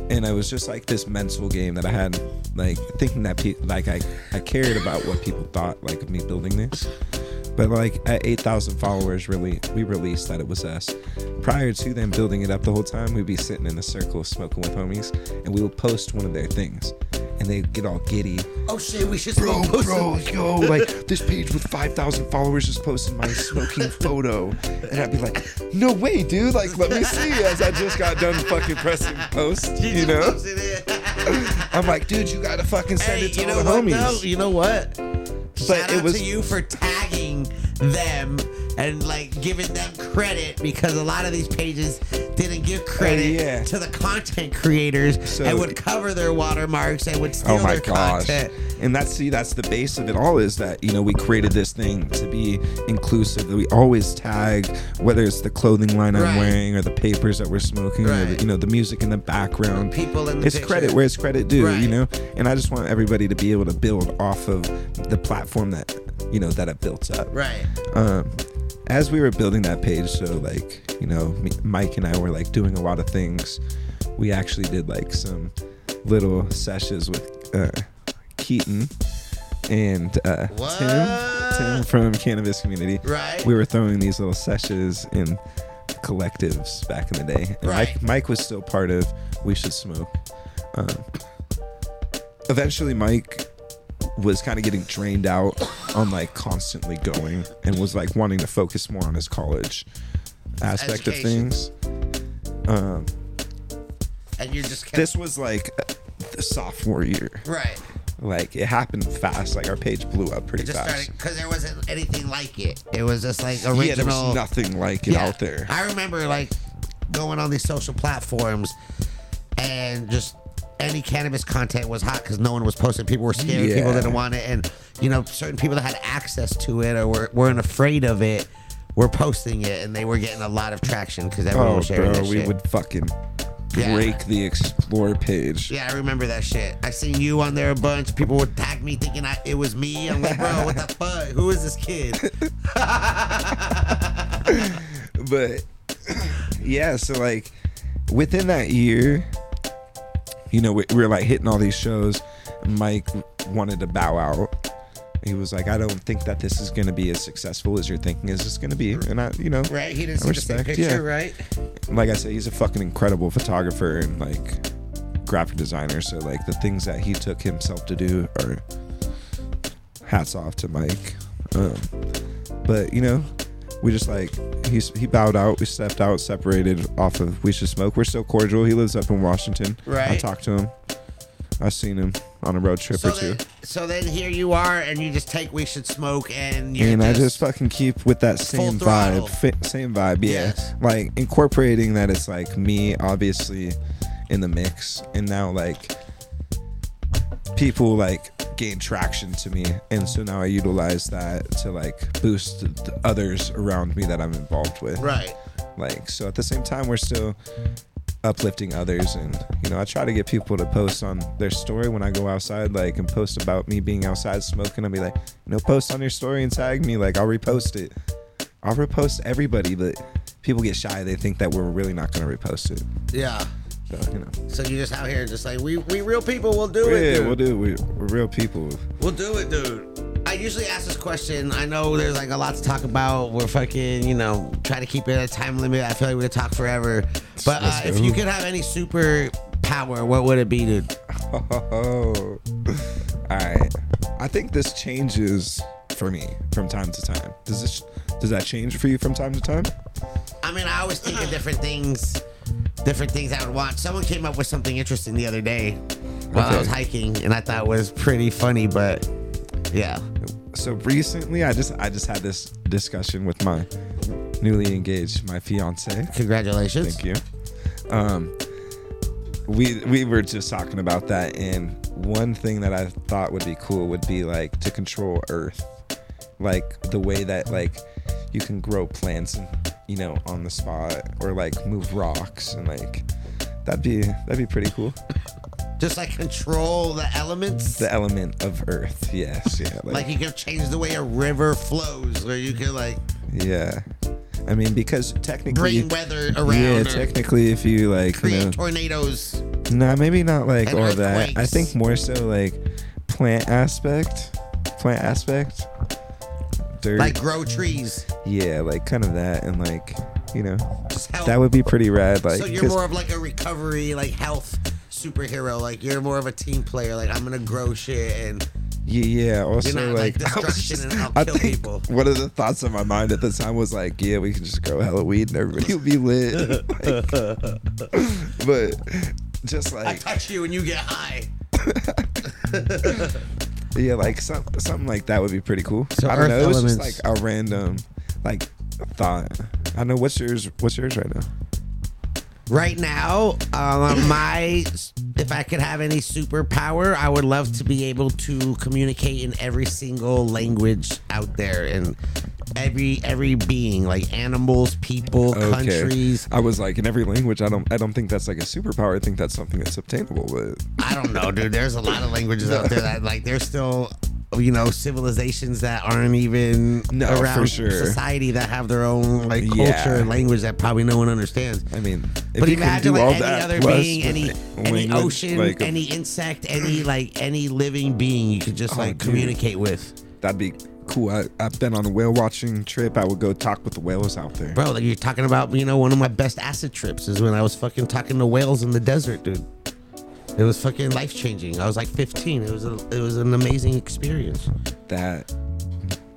S1: and it was just like this mental game that I had, like thinking that pe- like I, I cared about what people thought like of me building this, but like at eight thousand followers, really we released that it was us. Prior to them building it up the whole time, we'd be sitting in a circle smoking with homies, and we would post one of their things, and they'd get all giddy
S2: Oh shit, we should
S1: bro,
S2: smoke post-
S1: bro, yo, like this page with 5,000 followers just posted my smoking photo. And I'd be like, no way, dude. Like, let me see as I just got done fucking pressing post,
S2: Did
S1: you know?
S2: post it in?
S1: I'm like, dude, you gotta fucking send
S2: Hey,
S1: it to
S2: you
S1: all
S2: know
S1: the
S2: what?
S1: homies.
S2: Though? You know what? Shout
S1: it
S2: out
S1: was-
S2: to you for tagging them and like giving them credit because a lot of these pages didn't give credit
S1: Oh, yeah.
S2: to the content creators
S1: So-
S2: and would cover their watermarks and would steal
S1: oh my
S2: their
S1: gosh
S2: content.
S1: and that's see that's the base of it all is that you know we created this thing to be inclusive that we always tag whether it's the clothing line
S2: Right.
S1: i'm wearing or the papers that we're smoking or
S2: Right.
S1: the, you know the music in the background
S2: The people in the
S1: it's
S2: picture.
S1: credit where it's credit due
S2: Right.
S1: you know and i just want everybody to be able to build off of the platform that you know that it built up
S2: Right.
S1: um, as we were building that page, so like you know, me, Mike and I were like doing a lot of things. We actually did like some little sessions with uh, Keaton and uh,
S2: What?
S1: Tim, Tim from Cannabis Community.
S2: Right.
S1: We were throwing these little sessions in collectives back in the day. And
S2: Right.
S1: Mike, Mike was still part of We Should Smoke. Um, eventually, Mike was kind of getting drained out on like constantly going and was like wanting to focus more on his college aspect
S2: Education.
S1: of things. Um,
S2: And you're just kind
S1: this was like the sophomore year.
S2: right.
S1: Like it happened fast. Like our page blew up pretty
S2: It just
S1: fast.
S2: started because there wasn't anything like it. It was just like original.
S1: yeah, there was nothing like it
S2: Yeah.
S1: out there.
S2: I remember like going on these social platforms and just any cannabis content was hot because no one was posting. People were scared. People
S1: Yeah.
S2: didn't want it, and you know, certain people that had access to it or were, weren't afraid of it were posting it, and they were getting a lot of traction because everyone
S1: Oh,
S2: was sharing
S1: bro,
S2: that
S1: we
S2: shit.
S1: would fucking
S2: Yeah.
S1: break the explore page.
S2: yeah, I remember that shit. I seen you on there a bunch. People would tag me thinking I, it was me. I'm like, bro, what the fuck? Who is this kid?
S1: But yeah, so like within that year, you know, we, we were like hitting all these shows. Mike wanted to bow out. He was like, I don't think that this is going to be as successful as you're thinking is this going to be. And I, you know,
S2: Right? He didn't
S1: I
S2: see the same
S1: respect,
S2: picture,
S1: yeah.
S2: right?
S1: like I said, he's a fucking incredible photographer and like graphic designer. So like the things that he took himself to do are hats off to Mike. Um, but you know, we just like he he bowed out. We stepped out, separated off of We Should Smoke. We're still cordial. He lives up in Washington. I
S2: Right.
S1: talked to him. I've seen him on a road trip
S2: So
S1: or two.
S2: then, so then here you are, and you just take we should smoke, and you're
S1: and I
S2: just,
S1: just fucking keep with that
S2: Full
S1: same
S2: throttle.
S1: vibe, fi- same vibe, yeah.
S2: Yes.
S1: Like incorporating that it's like me, obviously, in the mix, and now like people like gain traction to me, and so now I utilize that to like boost the others around me that I'm involved with.
S2: right.
S1: Like so, at the same time, we're still uplifting others, and you know, I try to get people to post on their story when I go outside, like, and post about me being outside smoking. I'll be like, you know, post on your story and tag me, like, I'll repost it. I'll repost everybody, but people get shy. They think that we're really not gonna repost it.
S2: Yeah.
S1: So you know,
S2: So you're just out here, just like we we real people. We'll do it.
S1: yeah,
S2: dude.
S1: we'll do. We, we're real people.
S2: We'll do it, dude. I usually ask this question. I know there's like a lot to talk about. We're fucking, you know, trying to keep it at a time limit. I feel like we could talk forever. But uh,
S1: Let's
S2: if
S1: go.
S2: you could have any super power, what would it be, dude?
S1: Oh, all right. I think this changes for me from time to time. Does this? Does that change for you from time to time?
S2: I mean, I always think of different things, different things I would watch. Someone came up with something interesting the other day while I
S1: Okay.
S2: was hiking, and I thought was pretty funny. But yeah,
S1: so recently i just i just had this discussion with my newly engaged my fiance
S2: congratulations.
S1: thank you um we we were just talking about that, and one thing that I thought would be cool would be like to control Earth, like the way that like you can grow plants, and, you know, on the spot, or like move rocks, and like that'd be that'd be pretty cool.
S2: Just like control the elements.
S1: The element of Earth, yes, yeah,
S2: like you can change the way a river flows, or you can like
S1: yeah. I mean, because technically,
S2: bring weather around.
S1: yeah,
S2: or
S1: technically, if you like, you
S2: create
S1: know,
S2: tornadoes.
S1: Nah, maybe not like
S2: And
S1: all that. I
S2: earthquakes.
S1: think more so like plant aspect, plant aspect, dirt.
S2: Like grow trees.
S1: yeah, like kind of that, and like you know,
S2: Just help.
S1: that would be pretty rad. Like,
S2: so you're
S1: 'cause-
S2: more of like a recovery, like health superhero. Like you're more of a team player. Like I'm gonna grow shit and
S1: yeah, yeah. Also,
S2: not, like,
S1: like, I was
S2: destruction and I'll
S1: I
S2: kill
S1: think
S2: people.
S1: one of the thoughts in my mind at the time was like, yeah, we can just grow hella weed and everybody will be lit. Like, but just
S2: I
S1: like
S2: touch you and you get high.
S1: Yeah, like some, something like that would be pretty cool.
S2: So
S1: I don't know.
S2: Earth
S1: It was just like
S2: elements.
S1: a random like thought. I know what's yours. What's yours right now?
S2: Right now, um, my if I could have any superpower, I would love to be able to communicate in every single language out there and every every being, like animals, people, countries.
S1: I was like in every language. I don't. I don't think that's like a superpower. I think that's something that's obtainable. But
S2: I don't know, dude. There's a lot of languages out there that like there's still you know civilizations that aren't even
S1: No, for
S2: around
S1: sure.
S2: society that have their own like culture
S1: Yeah.
S2: and language that probably no one understands.
S1: I mean, if
S2: But
S1: you can do
S2: imagine like
S1: all
S2: any
S1: that
S2: other
S1: plus
S2: being,
S1: the
S2: any any
S1: language,
S2: ocean,
S1: like,
S2: any insect, any like any living being you could just
S1: Oh,
S2: like
S1: dude.
S2: communicate with.
S1: that'd be cool. I, I've been on a whale watching trip. I would go talk with the whales out there.
S2: Bro, like you're talking about, you know, one of my best acid trips is when I was fucking talking to whales in the desert, dude. It was fucking life changing. I was like 15. It was a, it was an amazing experience.
S1: That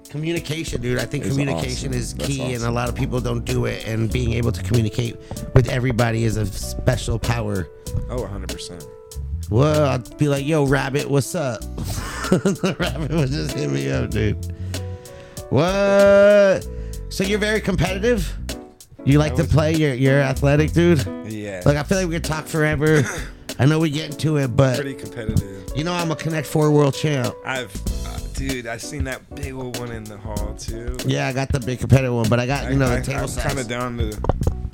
S2: Communication, dude. I think
S1: It's
S2: communication
S1: awesome.
S2: is
S1: That's
S2: key, and a
S1: awesome.
S2: lot of people don't do it. And being able to communicate with everybody is a special power.
S1: oh, 100 percent.
S2: Well, I'd be like, yo, Rabbit, what's up? the rabbit would just hit me up, dude. What? So you're very competitive? You like to play? You're, you're athletic, dude?
S1: Yeah,
S2: Like, I feel like we could talk forever. I know we get into it, but
S1: pretty competitive.
S2: you know I'm a Connect Four world champ.
S1: I've, uh, dude, I've seen that big old one in the hall too.
S2: Yeah, I got the big competitive one, but I got, you know, the table
S1: am
S2: size.
S1: kind of down to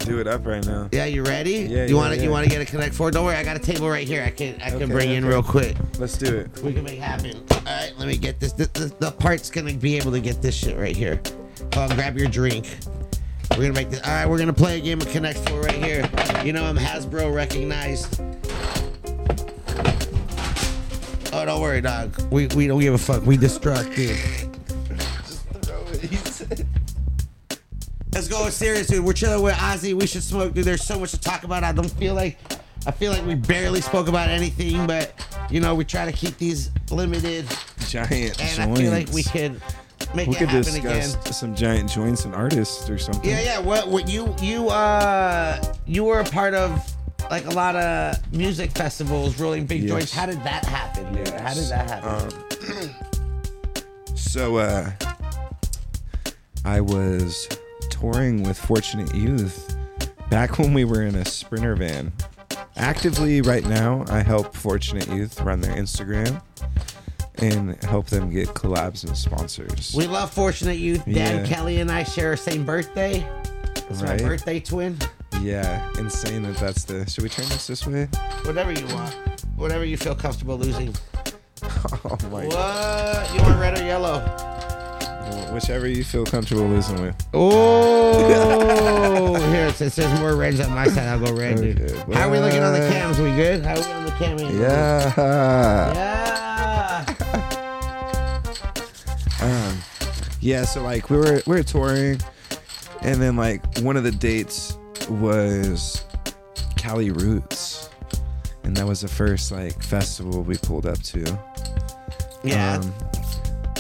S1: do it up right now.
S2: Yeah, you ready?
S1: Yeah, yeah,
S2: you want to you
S1: yeah.
S2: want to get a Connect Four? Don't worry, I got a table right here. I can I can
S1: Okay,
S2: bring in
S1: okay.
S2: real quick.
S1: Let's do it.
S2: We can make happen. All right, let me get this. The, the, the part's gonna be able to get this shit right here. Oh, grab your drink. We're gonna make this. All right, we're gonna play a game of Connect Four right here. You know I'm Hasbro recognized. Oh, don't worry, dog. We, we don't give a fuck. We destruct, dude. Let's go with serious, dude. We're chilling with Ozzy. We should smoke, dude. There's so much to talk about. I don't feel like I feel like we barely spoke about anything, but you know we try to keep these limited,
S1: Giant
S2: and
S1: joints.
S2: I feel like we could make
S1: We
S2: it
S1: could
S2: happen
S1: discuss
S2: again.
S1: some giant joints and artists or something.
S2: Yeah, yeah. What, what you you uh you were a part of like a lot of music festivals, rolling big
S1: Yes. Uh,
S2: joints. How did that happen? dude? How did that happen?
S1: So, uh, I was touring with Fortunate Youth back when we were in a Sprinter van. Actively right now, I help Fortunate Youth run their Instagram and help them get collabs and sponsors.
S2: we love Fortunate Youth. Dan
S1: Yeah.
S2: Kelly and I share the same birthday. It's
S1: Right.
S2: my birthday twin.
S1: Yeah, insane that that's the. Should we turn this this way?
S2: Whatever you want. Whatever you feel comfortable losing.
S1: Oh my god.
S2: What? You want red or yellow?
S1: Whichever you feel comfortable losing with.
S2: Oh, here since there's more reds on my side, I'll go red. Dude.
S1: Okay,
S2: How are we looking on the
S1: what?
S2: cams? We good? How are we on the cam? Andy?
S1: Yeah.
S2: Yeah.
S1: Yeah. So like we were we were touring, and then like one of the dates was Cali Roots, and that was the first like festival we pulled up to.
S2: Yeah.
S1: Um,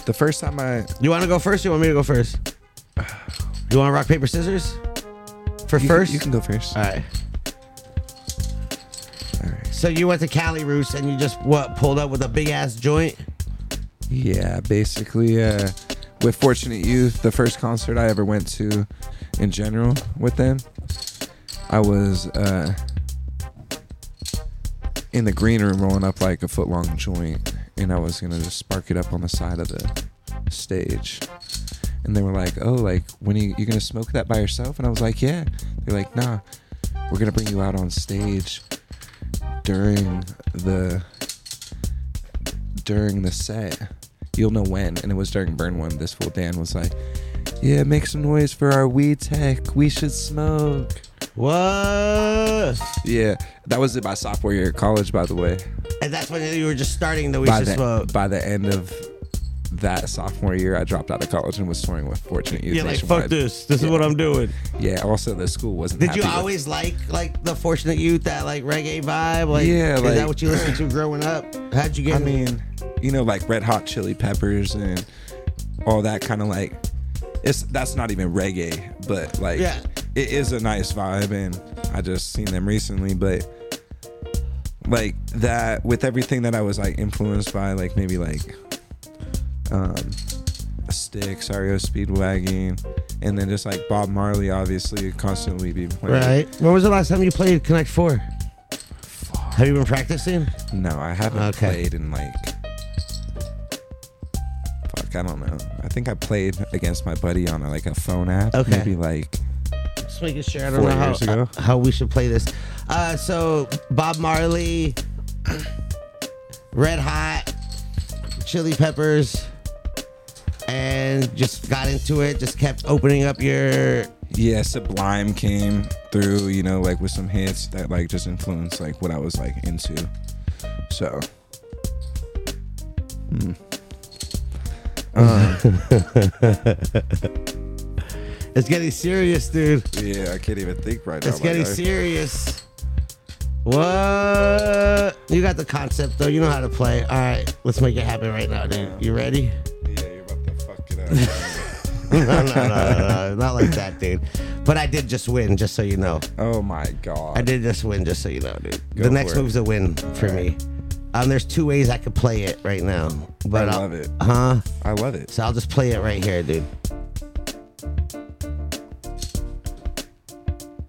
S1: the first time I
S2: you want to go first? Or you want me to go first? You want rock paper scissors for
S1: you can-
S2: first? Uh,
S1: you can go first.
S2: All right.
S1: All right.
S2: So you went to Cali Roots and you just what pulled up with a big ass joint?
S1: Yeah, basically, uh, with Fortunate Youth, the first concert I ever went to in general with them, I was uh, in the green room rolling up like a foot long joint, and I was gonna just spark it up on the side of the stage. And they were like, "Oh, like when you you're gonna smoke that by yourself?" And I was like, "Yeah." They're like, "Nah, we're gonna bring you out on stage during the during the set. You'll know when." And it was during Burn One. This fool Dan was like, "Yeah, make some noise for our weed tech. We should smoke."
S2: Whoa!
S1: Yeah, that was my sophomore year at college, by the way.
S2: And that's when you were just starting the We
S1: by
S2: Should
S1: the
S2: Smoke.
S1: by the end of that sophomore year, I dropped out of college and was touring with Fortunate Youth.
S2: You're like,
S1: nationwide.
S2: fuck this. This
S1: Yeah.
S2: is what I'm doing.
S1: Yeah. Also, the school wasn't.
S2: Did
S1: happy
S2: you
S1: with-
S2: always like like the Fortunate Youth, that like reggae vibe? Like,
S1: Yeah,
S2: is
S1: like-
S2: that what you listened to growing up? How'd you get?
S1: I
S2: in-
S1: mean, you know, like Red Hot Chili Peppers and all that kind of like. It's that's not even reggae, but like,
S2: Yeah.
S1: it is a nice vibe, and I just seen them recently, but. Like that, with everything that I was like influenced by, like maybe like um, Sticks, REO Speedwagon, and then just like Bob Marley, obviously, constantly be playing.
S2: right. When was the last time you played Connect Four? Have you been practicing?
S1: No, I haven't
S2: Okay.
S1: played in like. Fuck, I don't know. I think I played against my buddy on like a phone app.
S2: Okay.
S1: Maybe like.
S2: Just making sure. I don't
S1: Four
S2: know
S1: years
S2: how,
S1: ago.
S2: how we should play this. Uh, so Bob Marley, Red Hot, Chili Peppers, and just got into it. Just kept opening up your.
S1: Yeah, Sublime came through, you know, like with some hits that like just influenced like what I was like into. So.
S2: Hmm.
S1: Oh,
S2: Uh, It's getting serious, dude.
S1: Yeah, I can't even think right
S2: It's
S1: now.
S2: getting
S1: like, I-
S2: serious. What? You got the concept though. You know how to play. All right, let's make it happen right now, dude. You ready?
S1: Yeah, you're about to fuck it up.
S2: no, no, no, no, no, not like that, dude. But I did just win, just so you know.
S1: oh my god.
S2: I did just win, just so you know, dude.
S1: Go
S2: the next
S1: for it.
S2: move's a win for me. Um, there's two ways I could play it right now, but
S1: I
S2: I'll-
S1: love it.
S2: Huh?
S1: I love it.
S2: So I'll just play it right here, dude.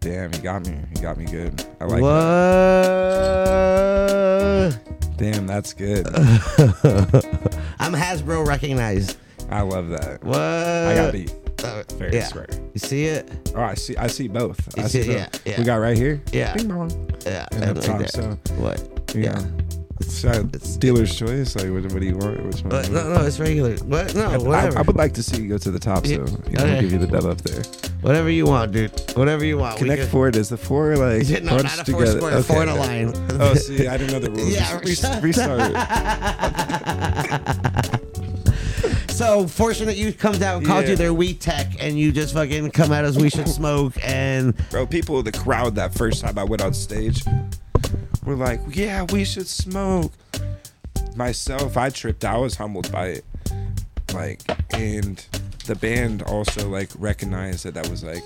S1: Damn, you got me. You got me good. I like
S2: what?
S1: that. Damn, that's good.
S2: I'm Hasbro recognized.
S1: I love that.
S2: What?
S1: I got beat.
S2: Uh,
S1: Fair and
S2: yeah.
S1: square.
S2: You see it?
S1: Oh, I see. I see both.
S2: You
S1: I see,
S2: see-
S1: both.
S2: yeah, yeah.
S1: We got right here.
S2: Yeah.
S1: Bing bong.
S2: Yeah.
S1: And
S2: I'm
S1: up
S2: like
S1: top, so- uh,
S2: What?
S1: You
S2: Yeah.
S1: know, So
S2: it's-
S1: dealer's choice. Like, what, what do you want? Which one?
S2: But no, no, it's regular. What? No,
S1: I,
S2: whatever.
S1: I would like to see you go to the top, so
S2: Yeah,
S1: you know, we'll
S2: okay.
S1: give you the dub up there.
S2: whatever you want, dude. Whatever you want. We
S1: Connect
S2: can-
S1: four. Does the four like
S2: Yeah, no,
S1: bunch
S2: not a four
S1: together?
S2: square. Four in a line.
S1: Oh, see, I didn't know the rules.
S2: Yeah,
S1: Just
S2: shut
S1: re- restart it.
S2: So fortunate you comes out and calls
S1: Yeah.
S2: you their weed tech, and you just fucking come at us. We should smoke, and
S1: Bro, people in the crowd that first time I went on stage were like, yeah, we should smoke. Myself, I tripped. I was humbled by it. Like, and the band also, like, recognized that that was, like,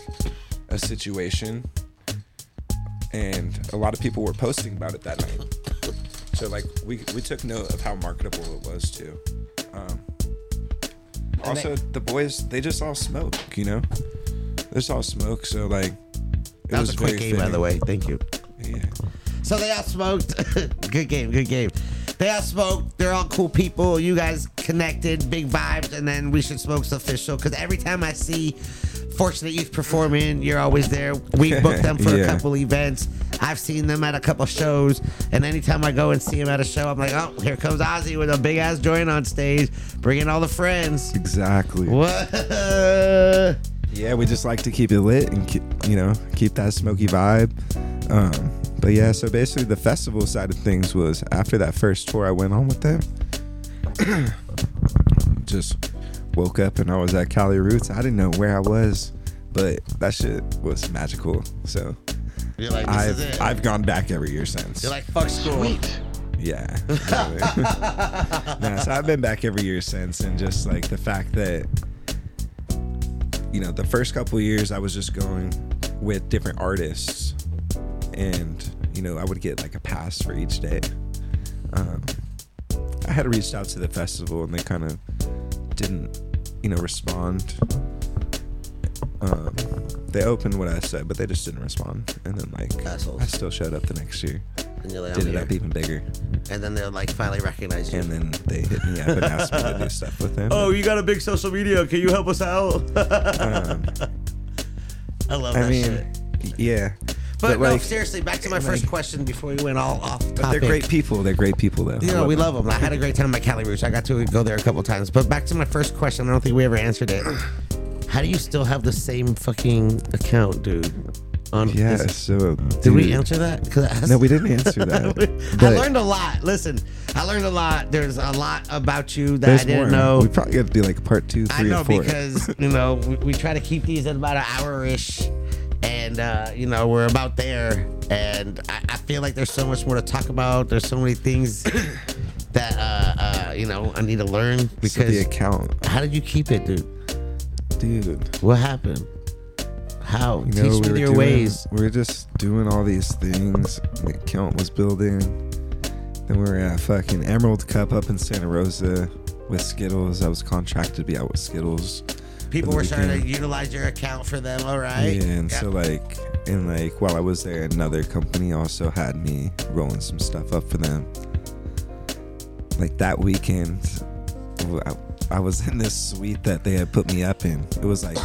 S1: a situation. And a lot of people were posting about it that night. So, like, we, we took note of how marketable it was, too. Um, also, the boys, they just all smoke, you know? They just all smoke. So, like, it
S2: that was, a quick
S1: very
S2: game, by
S1: fitting.
S2: the way. Thank you.
S1: Yeah.
S2: So they all smoked. good game, good game. They all smoked. They're all cool people. You guys connected, big vibes, and then we should smoke's official. Because every time I see Fortunate Youth performing, you're always there. We booked them for a
S1: Yeah.
S2: couple events. I've seen them at a couple shows, and anytime I go and see them at a show, I'm like, oh, here comes Ozzy with a big ass joint on stage, bringing all the friends.
S1: Exactly.
S2: What?
S1: Yeah, we just like to keep it lit and keep, you know keep that smoky vibe. Um, but yeah, so basically the festival side of things was after that first tour I went on with them. just woke up and I was at Cali Roots. I didn't know where I was, but that shit was magical. So
S2: You're like, this is
S1: I've
S2: it.
S1: I've gone back every year since.
S2: You're like, fuck school.
S1: Yeah. exactly. Nah, so I've been back every year since, and just like the fact that, you know, the first couple of years I was just going with different artists, and you know I would get like a pass for each day. Um, I had reached out to the festival, and they kind of didn't, you know, respond. Um, they opened what I said, but they just didn't respond. And then like,
S2: Assholes.
S1: I still showed up the next year.
S2: and you're like, I'm
S1: Did it
S2: here.
S1: up even bigger,
S2: and then they'll like finally recognize you.
S1: and then they hit me up and asked me to do stuff with them.
S2: Oh, you got a big social media. Can you help us out?
S1: Um,
S2: I love that
S1: I mean,
S2: shit.
S1: y- yeah.
S2: But, no,
S1: like,
S2: seriously, back to my first question before we went all off topic.
S1: they're great people. They're great people, though.
S2: You
S1: I
S2: know, we
S1: them.
S2: love them. I had a great time at Cali Rouge. I got to go there a couple times. But back to my first question, I don't think we ever answered it. How do you still have the same fucking account, dude? On
S1: Yeah.
S2: is-
S1: So
S2: did we answer that? 'Cause I-
S1: No, we didn't answer that.
S2: I
S1: but
S2: learned a lot. Listen, I learned a lot. There's a lot about you that
S1: there's
S2: I didn't
S1: more.
S2: know.
S1: We probably got to do like part two,
S2: I
S1: three,
S2: know
S1: or four.
S2: because you know we, we try to keep these at about an hour ish, and uh, you know we're about there. And I, I feel like there's so much more to talk about. There's so many things that uh, uh, you know I need to learn because
S1: so the account,
S2: how did you keep it, dude?
S1: dude.
S2: What happened? How?
S1: You know,
S2: Teach
S1: we
S2: me
S1: were
S2: your
S1: doing-
S2: ways.
S1: We were just doing all these things. The account was building. Then we were at fucking Emerald Cup up in Santa Rosa with Skittles. I was contracted to be out with Skittles.
S2: People
S1: the
S2: were trying to
S1: beginning.
S2: utilize your account for them. All right.
S1: Yeah, and
S2: Yeah.
S1: so like and like while I was there, another company also had me rolling some stuff up for them. Like that weekend, w- I, I was in this suite that they had put me up in. It was like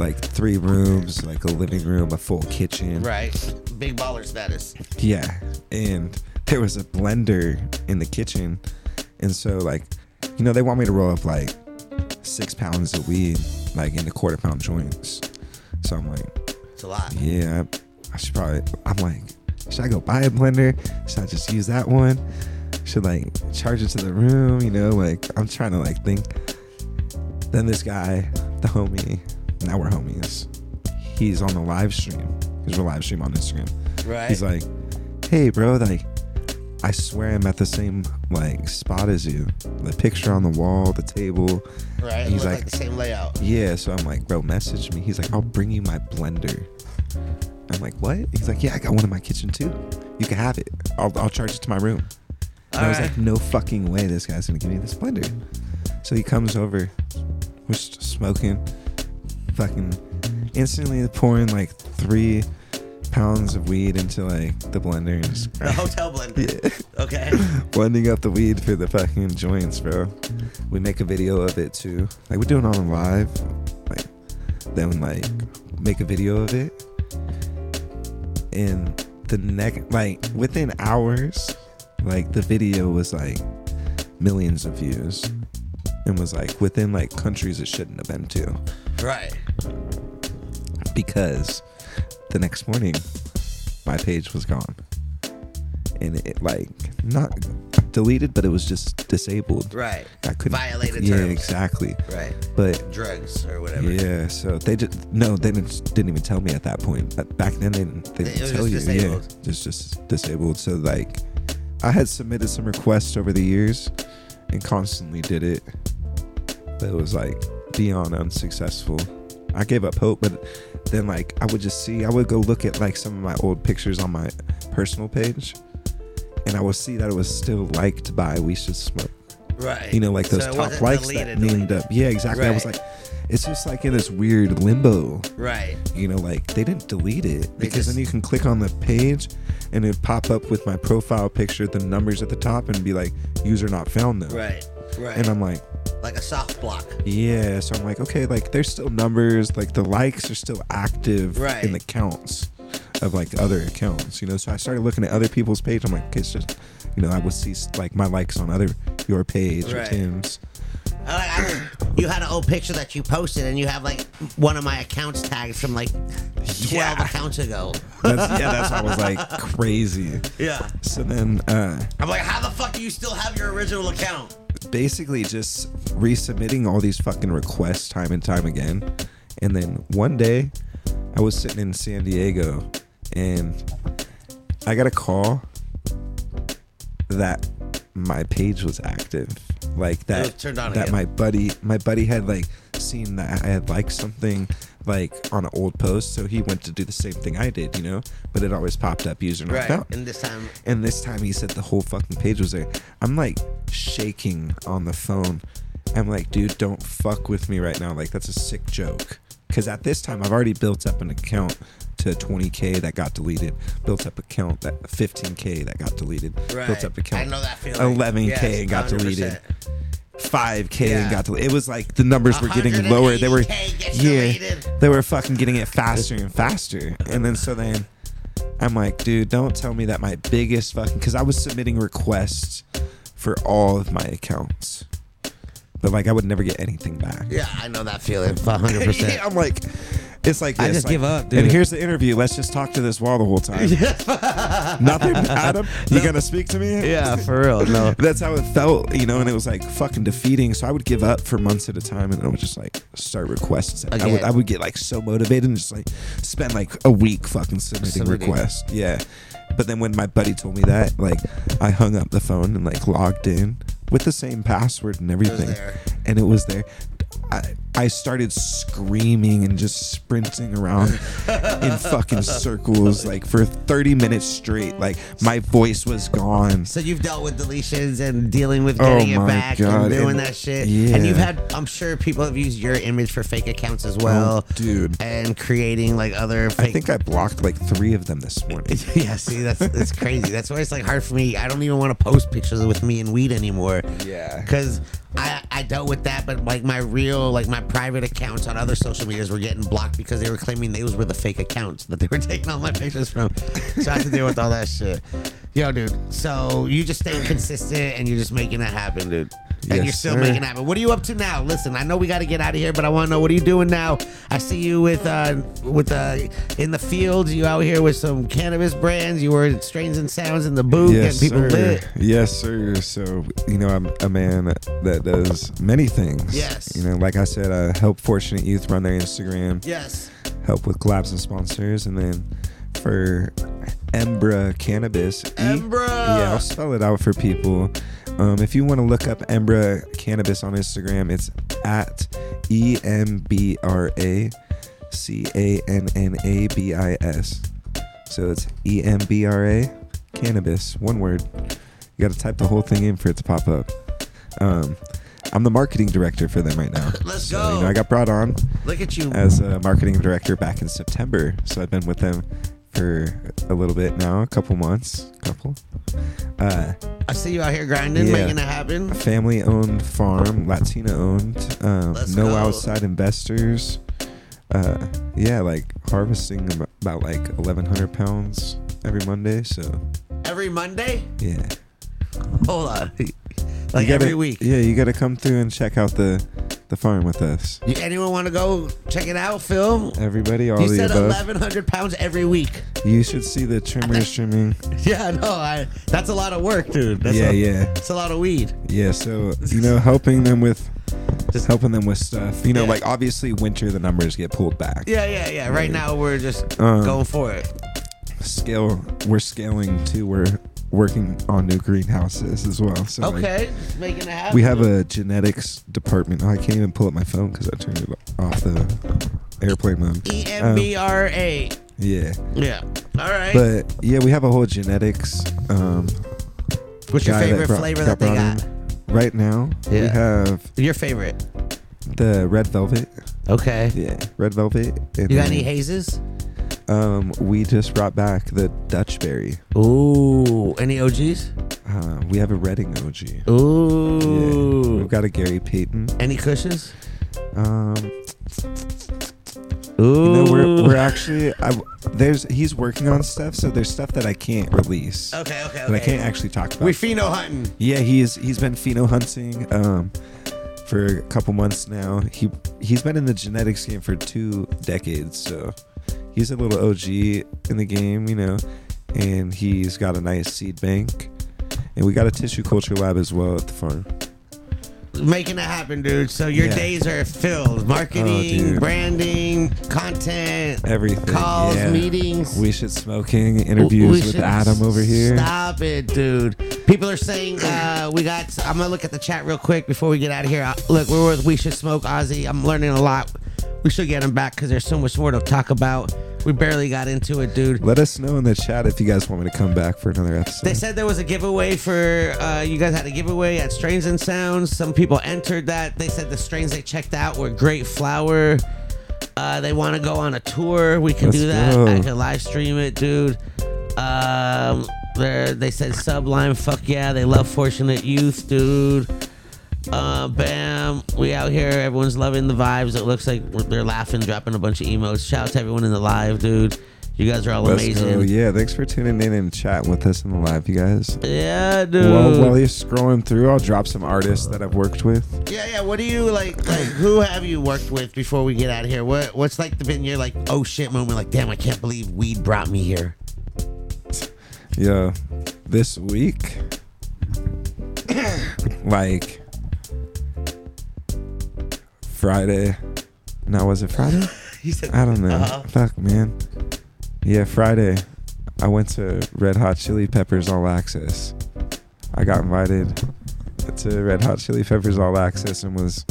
S1: like three rooms, like a living room, a full kitchen.
S2: right. Big baller status.
S1: Yeah, and there was a blender in the kitchen, and so like, you know, they want me to roll up like six pounds of weed, like in the quarter pound joints. So I'm like.
S2: It's a lot.
S1: Yeah, I, I should probably. I'm like, should I go buy a blender? Should I just use that one? Should like charge it to the room? You know, like I'm trying to like think. Then this guy, the homie, now we're homies. He's on the live stream because we're live stream on Instagram.
S2: Right.
S1: He's like, hey, bro, like. I swear I'm at the same like spot as you. The picture on the wall, the table.
S2: right.
S1: he's
S2: It looked
S1: like-
S2: like the same layout.
S1: Yeah, so I'm like, bro, message me. He's like, I'll bring you my blender. I'm like, what? He's like, yeah, I got one in my kitchen too. You can have it. I'll, I'll charge it to my room. And I was
S2: Alright.
S1: like, no fucking way this guy's gonna give me this blender. So he comes over, we're s- smoking, fucking instantly pouring like three pounds of weed into like the blender and just
S2: The hotel blender. Okay.
S1: blending up the weed for the fucking joints, bro. We make a video of it too. Like we're doing it on live. Like then like make a video of it. And the next like within hours, like the video was like millions of views. And was like within like countries it shouldn't have been to.
S2: Right.
S1: Because the next morning my page was gone. And it like not deleted, but it was just disabled.
S2: Right.
S1: I couldn't
S2: Violated
S1: Yeah,
S2: terms.
S1: exactly.
S2: Right.
S1: But
S2: Drugs or whatever.
S1: yeah, so they just no, they didn't, didn't even tell me at that point. But back then, they didn't, they
S2: It
S1: didn't
S2: was
S1: tell
S2: just
S1: you.
S2: disabled.
S1: Yeah, just just disabled. So like, I had submitted some requests over the years, and constantly did it. But it was like beyond unsuccessful. I gave up hope, but then like I would just see, I would go look at like some of my old pictures on my personal page, and I would see that it was still liked by We Should Smoke
S2: Right.
S1: you know, like those
S2: So it
S1: top
S2: wasn't
S1: likes
S2: deleted,
S1: that named
S2: deleted.
S1: up. Yeah, exactly. I was
S2: Right.
S1: like, it's just like in this weird limbo,
S2: Right.
S1: you know, like they didn't delete it
S2: They
S1: because
S2: just-
S1: then you can click on the page and it pop up with my profile picture, the numbers at the top, and be like, user not found though.
S2: Right. Right.
S1: And I'm like,
S2: like a soft block.
S1: yeah. So I'm like, okay, like there's still numbers, like the likes are still active
S2: Right.
S1: in the counts of like other accounts, you know. So I started looking at other people's page. I'm like, okay, it's just, you know, I would see like my likes on other your page or
S2: Right.
S1: Tim's.
S2: I like- I like- you had an old picture that you posted, and you have like one of my accounts tagged from like twelve
S1: Yeah.
S2: accounts ago.
S1: That's, yeah, that's why I was like crazy.
S2: Yeah.
S1: So then, uh,
S2: I'm like, how the fuck do you still have your original account?
S1: basically just resubmitting all these fucking requests time and time again. And then one day, I was sitting in San Diego, and I got a call that my page was active. Like that,
S2: was Oh, turned on
S1: that
S2: again.
S1: my buddy, my buddy had like seen that I had liked something like on an old post, so he went to do the same thing I did, you know. But it always popped up user not found.
S2: And this time,
S1: And this time he said the whole fucking page was there. I'm like shaking on the phone. I'm like, dude, don't fuck with me right now. Like, that's a sick joke. Because at this time, I've already built up an account to 20k that got deleted, built up account that 15k that got deleted, built
S2: Right.
S1: up account
S2: I know that feeling.
S1: 11k
S2: Yes,
S1: and got deleted.
S2: 100%.
S1: 5k
S2: Yeah.
S1: and got deleted. It was like the numbers were getting lower. They were
S2: 180K gets
S1: yeah,
S2: deleted.
S1: they were fucking getting it faster and faster. And then so then I'm like, dude, don't tell me that my biggest fucking because I was submitting requests for all of my accounts, but like I would never get anything back.
S2: Yeah, I know that feeling. 100%.
S1: Yeah, I'm like, it's like
S2: I
S1: this,
S2: just
S1: like,
S2: give up,
S1: And
S2: dude.
S1: here's the interview. Let's just talk to this wall the whole time. Nothing, Adam. You gonna speak to me?
S2: yeah, for real. No.
S1: That's how it felt, you know. And it was like fucking defeating. So I would give up for months at a time, and then I would just like start requests. I would,
S2: Again.
S1: I would get like so motivated and just like spend like a week fucking submitting,
S2: Submitting.
S1: requests. Yeah. But then when my buddy told me that, like, I hung up the phone and like logged in with the same password and everything,
S2: there.
S1: and it was there. I, I started screaming and just sprinting around in fucking circles like for 30 minutes straight. Like my voice was gone.
S2: So you've dealt with deletions and dealing with
S1: Oh
S2: getting it
S1: my
S2: back
S1: God,
S2: and doing
S1: and-
S2: that shit.
S1: yeah.
S2: And you've had, I'm sure people have used your image for fake accounts as well.
S1: Oh, dude.
S2: And creating like other fake.
S1: I think I blocked like three of them this morning.
S2: yeah, see, that's that's crazy. That's why it's like hard for me. I don't even want to post pictures with me and weed anymore.
S1: Yeah.
S2: Because I I dealt with that, but like my real like my private accounts on other social medias were getting blocked because they were claiming those were the fake accounts that they were taking all my pictures from. So I had to deal with all that shit. Yo, dude. So you just staying consistent and you're just making it happen, dude. And
S1: Yes,
S2: you're still
S1: sir.
S2: making it happen. What are you up to now? Listen, I know we got to get out of here, but I want to know what are you doing now? I see you with uh with uh in the fields. You out here with some cannabis brands. You were at Strains and Sounds in the booth getting people lit.
S1: Yes, sir. So you know, I'm a man that does many things.
S2: Yes.
S1: You know, like I said, I help fortunate youth run their Instagram,
S2: Yes.
S1: help with collabs and sponsors, and then for Embra Cannabis. E-
S2: Embra!
S1: yeah, I'll spell it out for people. Um, if you want to look up Embra Cannabis on Instagram, it's at E M B R A C A N N A B I S. So it's E M B R A Cannabis, one word. You got to type the whole thing in for it to pop up. Um, I'm the marketing director for them right now.
S2: Let's
S1: So, you
S2: go.
S1: know, I got brought on
S2: Look at you.
S1: as a marketing director back in September. So I've been with them for a little bit now, a couple months, couple. Uh,
S2: I see you out here grinding,
S1: Yeah.
S2: making it happen.
S1: family owned farm, Latina owned, um,
S2: Let's
S1: no
S2: go.
S1: outside investors. Uh, yeah, like harvesting ab- about like 1,100 pounds every Monday. So
S2: Every Monday?
S1: yeah.
S2: Hold on.
S1: You
S2: Like
S1: gotta-
S2: every week.
S1: Yeah, you got to come through and check out the, the farm with us.
S2: You, anyone want to go check it out, Phil?
S1: Everybody, all
S2: You
S1: the
S2: said
S1: above.
S2: 1,100 pounds every week.
S1: You should see the trimmers trimming.
S2: Yeah, no, I. That's a lot of work, dude. That's
S1: yeah,
S2: a,
S1: yeah.
S2: That's a lot of weed.
S1: Yeah, so you know, helping them with
S2: Just-
S1: just helping them with stuff. You know,
S2: Yeah.
S1: like obviously winter the numbers get pulled back.
S2: Yeah, yeah, yeah. Right now we're just
S1: Um,
S2: going for it.
S1: Scale we're scaling too. We're working on new greenhouses as well. So like,
S2: Okay, just making it happen.
S1: we have a um, genetics department. Oh, I can't even pull up my phone because I turned it off the airplane mode.
S2: E M B R A.
S1: Yeah,
S2: Yeah. All right.
S1: but yeah, we have a whole genetics. Um,
S2: What's your
S1: guy
S2: favorite
S1: brought-
S2: flavor that they
S1: brought
S2: got?
S1: in. Right now, we
S2: Yeah.
S1: have
S2: Your favorite.
S1: the red velvet.
S2: Okay.
S1: Yeah, red velvet. and
S2: You got
S1: then-
S2: any hazes?
S1: Um, we just brought back the Dutch berry.
S2: Ooh. Any OGs?
S1: Uh, we have a Redding OG. Yeah.
S2: Ooh.
S1: We've got a Gary Payton.
S2: any cushions?
S1: Um,
S2: Ooh.
S1: you know, we're, we're actually I, there's he's working on stuff, so there's stuff that I can't release.
S2: okay, okay, okay.
S1: That I can't actually talk about.
S2: we pheno hunting.
S1: yeah, he's he's been pheno hunting um, for a couple months now. He he's been in the genetics game for two decades, so he's a little OG in the game, you know. And he's got a nice seed bank, and we got a tissue culture lab as well at the farm.
S2: making it happen, dude. So your
S1: Yeah.
S2: days are filled:
S1: Oh,
S2: marketing,
S1: dude.
S2: branding, content,
S1: Everything.
S2: calls,
S1: yeah.
S2: meetings.
S1: We should smoking
S2: We
S1: interviews with
S2: should
S1: Adam over here.
S2: Stop it, dude. People are saying uh, we got. I'm gonna look at the chat real quick before we get out of here. I, look, we're with We Should Smoke Ozzy. I'm learning a lot. We should get him back because there's so much more to talk about. We barely got into it, dude.
S1: Let us know in the chat if you guys want me to come back for another episode.
S2: They said there was a giveaway for uh, you guys had a giveaway at Strains and Sounds. Some people entered that. They said the strains they checked out were Great Flower, Uh, they want to go on a tour. We can
S1: Let's
S2: do that.
S1: go.
S2: I can live stream it, dude. Um, they're- they said Sublime. Fuck yeah. They love Fortunate Youth, dude. Uh, bam. We out here. Everyone's loving the vibes. It looks like they're laughing, dropping a bunch of emotes. Shout out to everyone in the live, dude. You guys are all
S1: Let's
S2: amazing.
S1: go. Yeah, thanks for tuning in and chatting with us in the live, you guys.
S2: Yeah, dude.
S1: Well, while you're scrolling through, I'll drop some artists that I've worked with.
S2: Yeah, yeah. What do you like? Like, who have you worked with before we get out of here? What What's like the been your like oh shit moment? Like, damn, I can't believe weed brought me here.
S1: Yeah, this week, like Friday. No, was it Friday?
S2: He said,
S1: I don't know.
S2: Uh-huh.
S1: Fuck, man. Yeah, Friday. I went to Red Hot Chili Peppers All Access. I got invited to Red Hot Chili Peppers All Access and was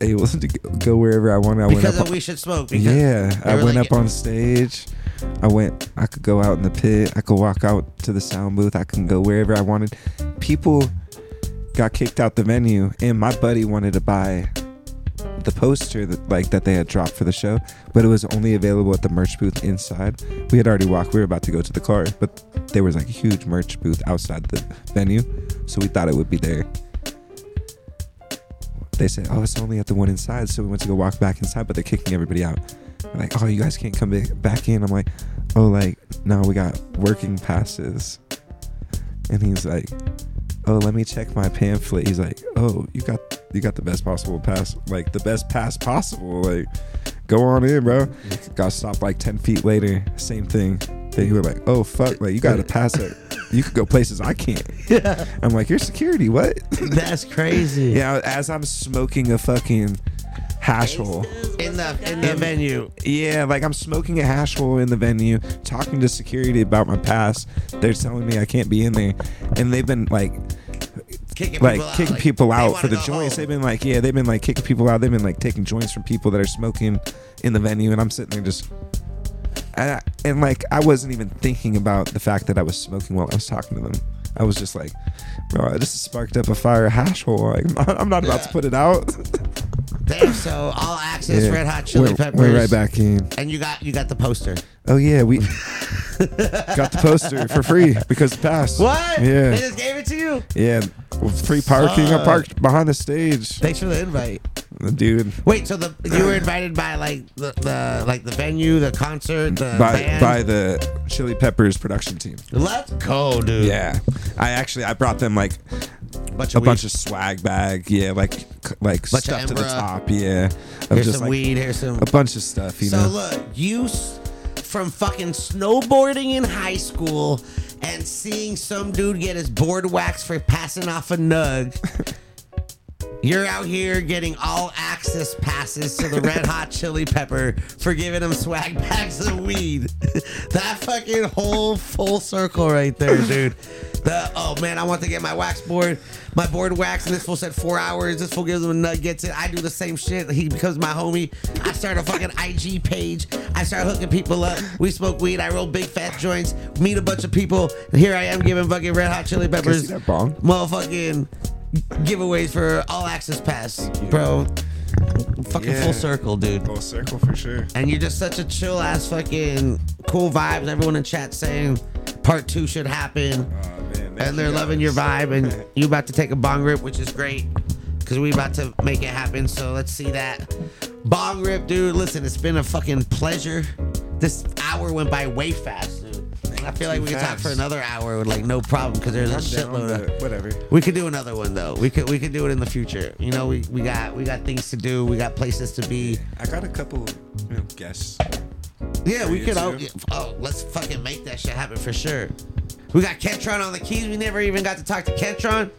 S1: able to go- go wherever I wanted. I went
S2: because
S1: up
S2: of we should smoke. Because
S1: yeah,
S2: they
S1: I
S2: were
S1: went
S2: like-
S1: up on stage. I went. I could go out in the pit. I could walk out to the sound booth. I can go wherever I wanted. People got kicked out the venue, and my buddy wanted to buy the poster that like that they had dropped for the show, but it was only available at the merch booth inside. We had already walked. We were about to go to the car, but there was like a huge merch booth outside the venue, so we thought it would be there they said, "Oh, it's only at the one inside." So we went to go walk back inside, but they're kicking everybody out. They're like, "Oh, you guys can't come back- back in." I'm like, "Oh, like no, we got working passes." And he's like, "Oh, let me check my pamphlet." He's like, "Oh, you got you got the best possible pass, like the best pass possible. Like, go on in, bro." Got stopped like ten feet later. Same thing. They were like, "Oh fuck, like you got to pass it. You could go places I can't." I'm like, "You're security, what?"
S2: that's crazy.
S1: Yeah, as I'm smoking a fucking hash hole.
S2: in the in the venue.
S1: Yeah, like I'm smoking a hash hole in the venue, talking to security about my past. They're telling me I can't be in there, and they've been like,
S2: Kicking
S1: like
S2: people out,
S1: kicking
S2: like,
S1: people
S2: they
S1: out
S2: wanna
S1: for the
S2: go
S1: joints.
S2: home.
S1: They've been like, yeah, they've been like kicking people out. They've been like taking joints from people that are smoking in the venue, and I'm sitting there just. And, I, and like I wasn't even thinking about the fact that I was smoking while I was talking to them. I was just like, bro, I just sparked up a fire hash hole. Like, I'm not about to put it out.
S2: Damn. So all access,
S1: Yeah.
S2: Red Hot Chili
S1: We're-
S2: Peppers.
S1: We're right back in.
S2: And you got you got the poster.
S1: Oh yeah, we got the poster for free because the pass.
S2: What? They
S1: Yeah,
S2: just gave it to you.
S1: yeah. Free parking. I
S2: Fuck.
S1: parked behind the stage,
S2: Thanks for the invite.
S1: dude.
S2: Wait, so the you were invited by like the, the like the venue, the concert, the
S1: By
S2: band.
S1: by the Chili Peppers production team.
S2: Let's go, dude.
S1: Yeah, I actually I brought them like
S2: bunch
S1: a
S2: of weed.
S1: bunch of swag bag. Yeah, like c- like
S2: Bunch of
S1: stuff to the
S2: Embra.
S1: top. Yeah, of
S2: Here's
S1: just
S2: some
S1: like
S2: weed. Here's some.
S1: a bunch of stuff. You
S2: So
S1: know.
S2: look, you s- from fucking snowboarding in high school and seeing some dude get his board waxed for passing off a nug. You're out here getting all access passes to the Red Hot Chili Pepper for giving them swag bags of weed. that fucking whole full circle right there, dude. The oh man, I want to get my wax board, my board waxed, and this fool said four hours. This fool gives him a nut, gets it. I do the same shit. He becomes my homie. I start a fucking IG page. I start hooking people up. We smoke weed. I roll big fat joints. Meet a bunch of people. And here I am giving fucking Red Hot Chili Peppers
S1: that bong?
S2: motherfucking giveaways for all access pass, bro. Fucking
S4: Yeah.
S2: full circle, dude.
S4: Full circle for sure.
S2: And you're just such a chill ass fucking cool vibes. Everyone in chat saying part two should happen.
S4: Oh, man, thank
S2: and they're
S4: you
S2: loving
S4: guys.
S2: your vibe and you about to take a bong rip, which is great. Cause we about to make it happen. So let's see that. Bong rip, dude. Listen, it's been a fucking pleasure. This hour went by way fast, dude. And I feel like
S4: Too
S2: we could talk
S4: fast.
S2: for another hour with like no problem because there's a
S4: I'm down,
S2: shitload of
S4: but whatever.
S2: we could do another one though. We could we could do it in the future. You know, we, we got we got things to do. We got places to be.
S4: I got a couple you know, guests.
S2: Yeah, we
S4: you
S2: could.
S4: too.
S2: All, yeah, oh, let's fucking make that shit happen for sure. We got Kentron on the keys. We never even got to talk to Kentron.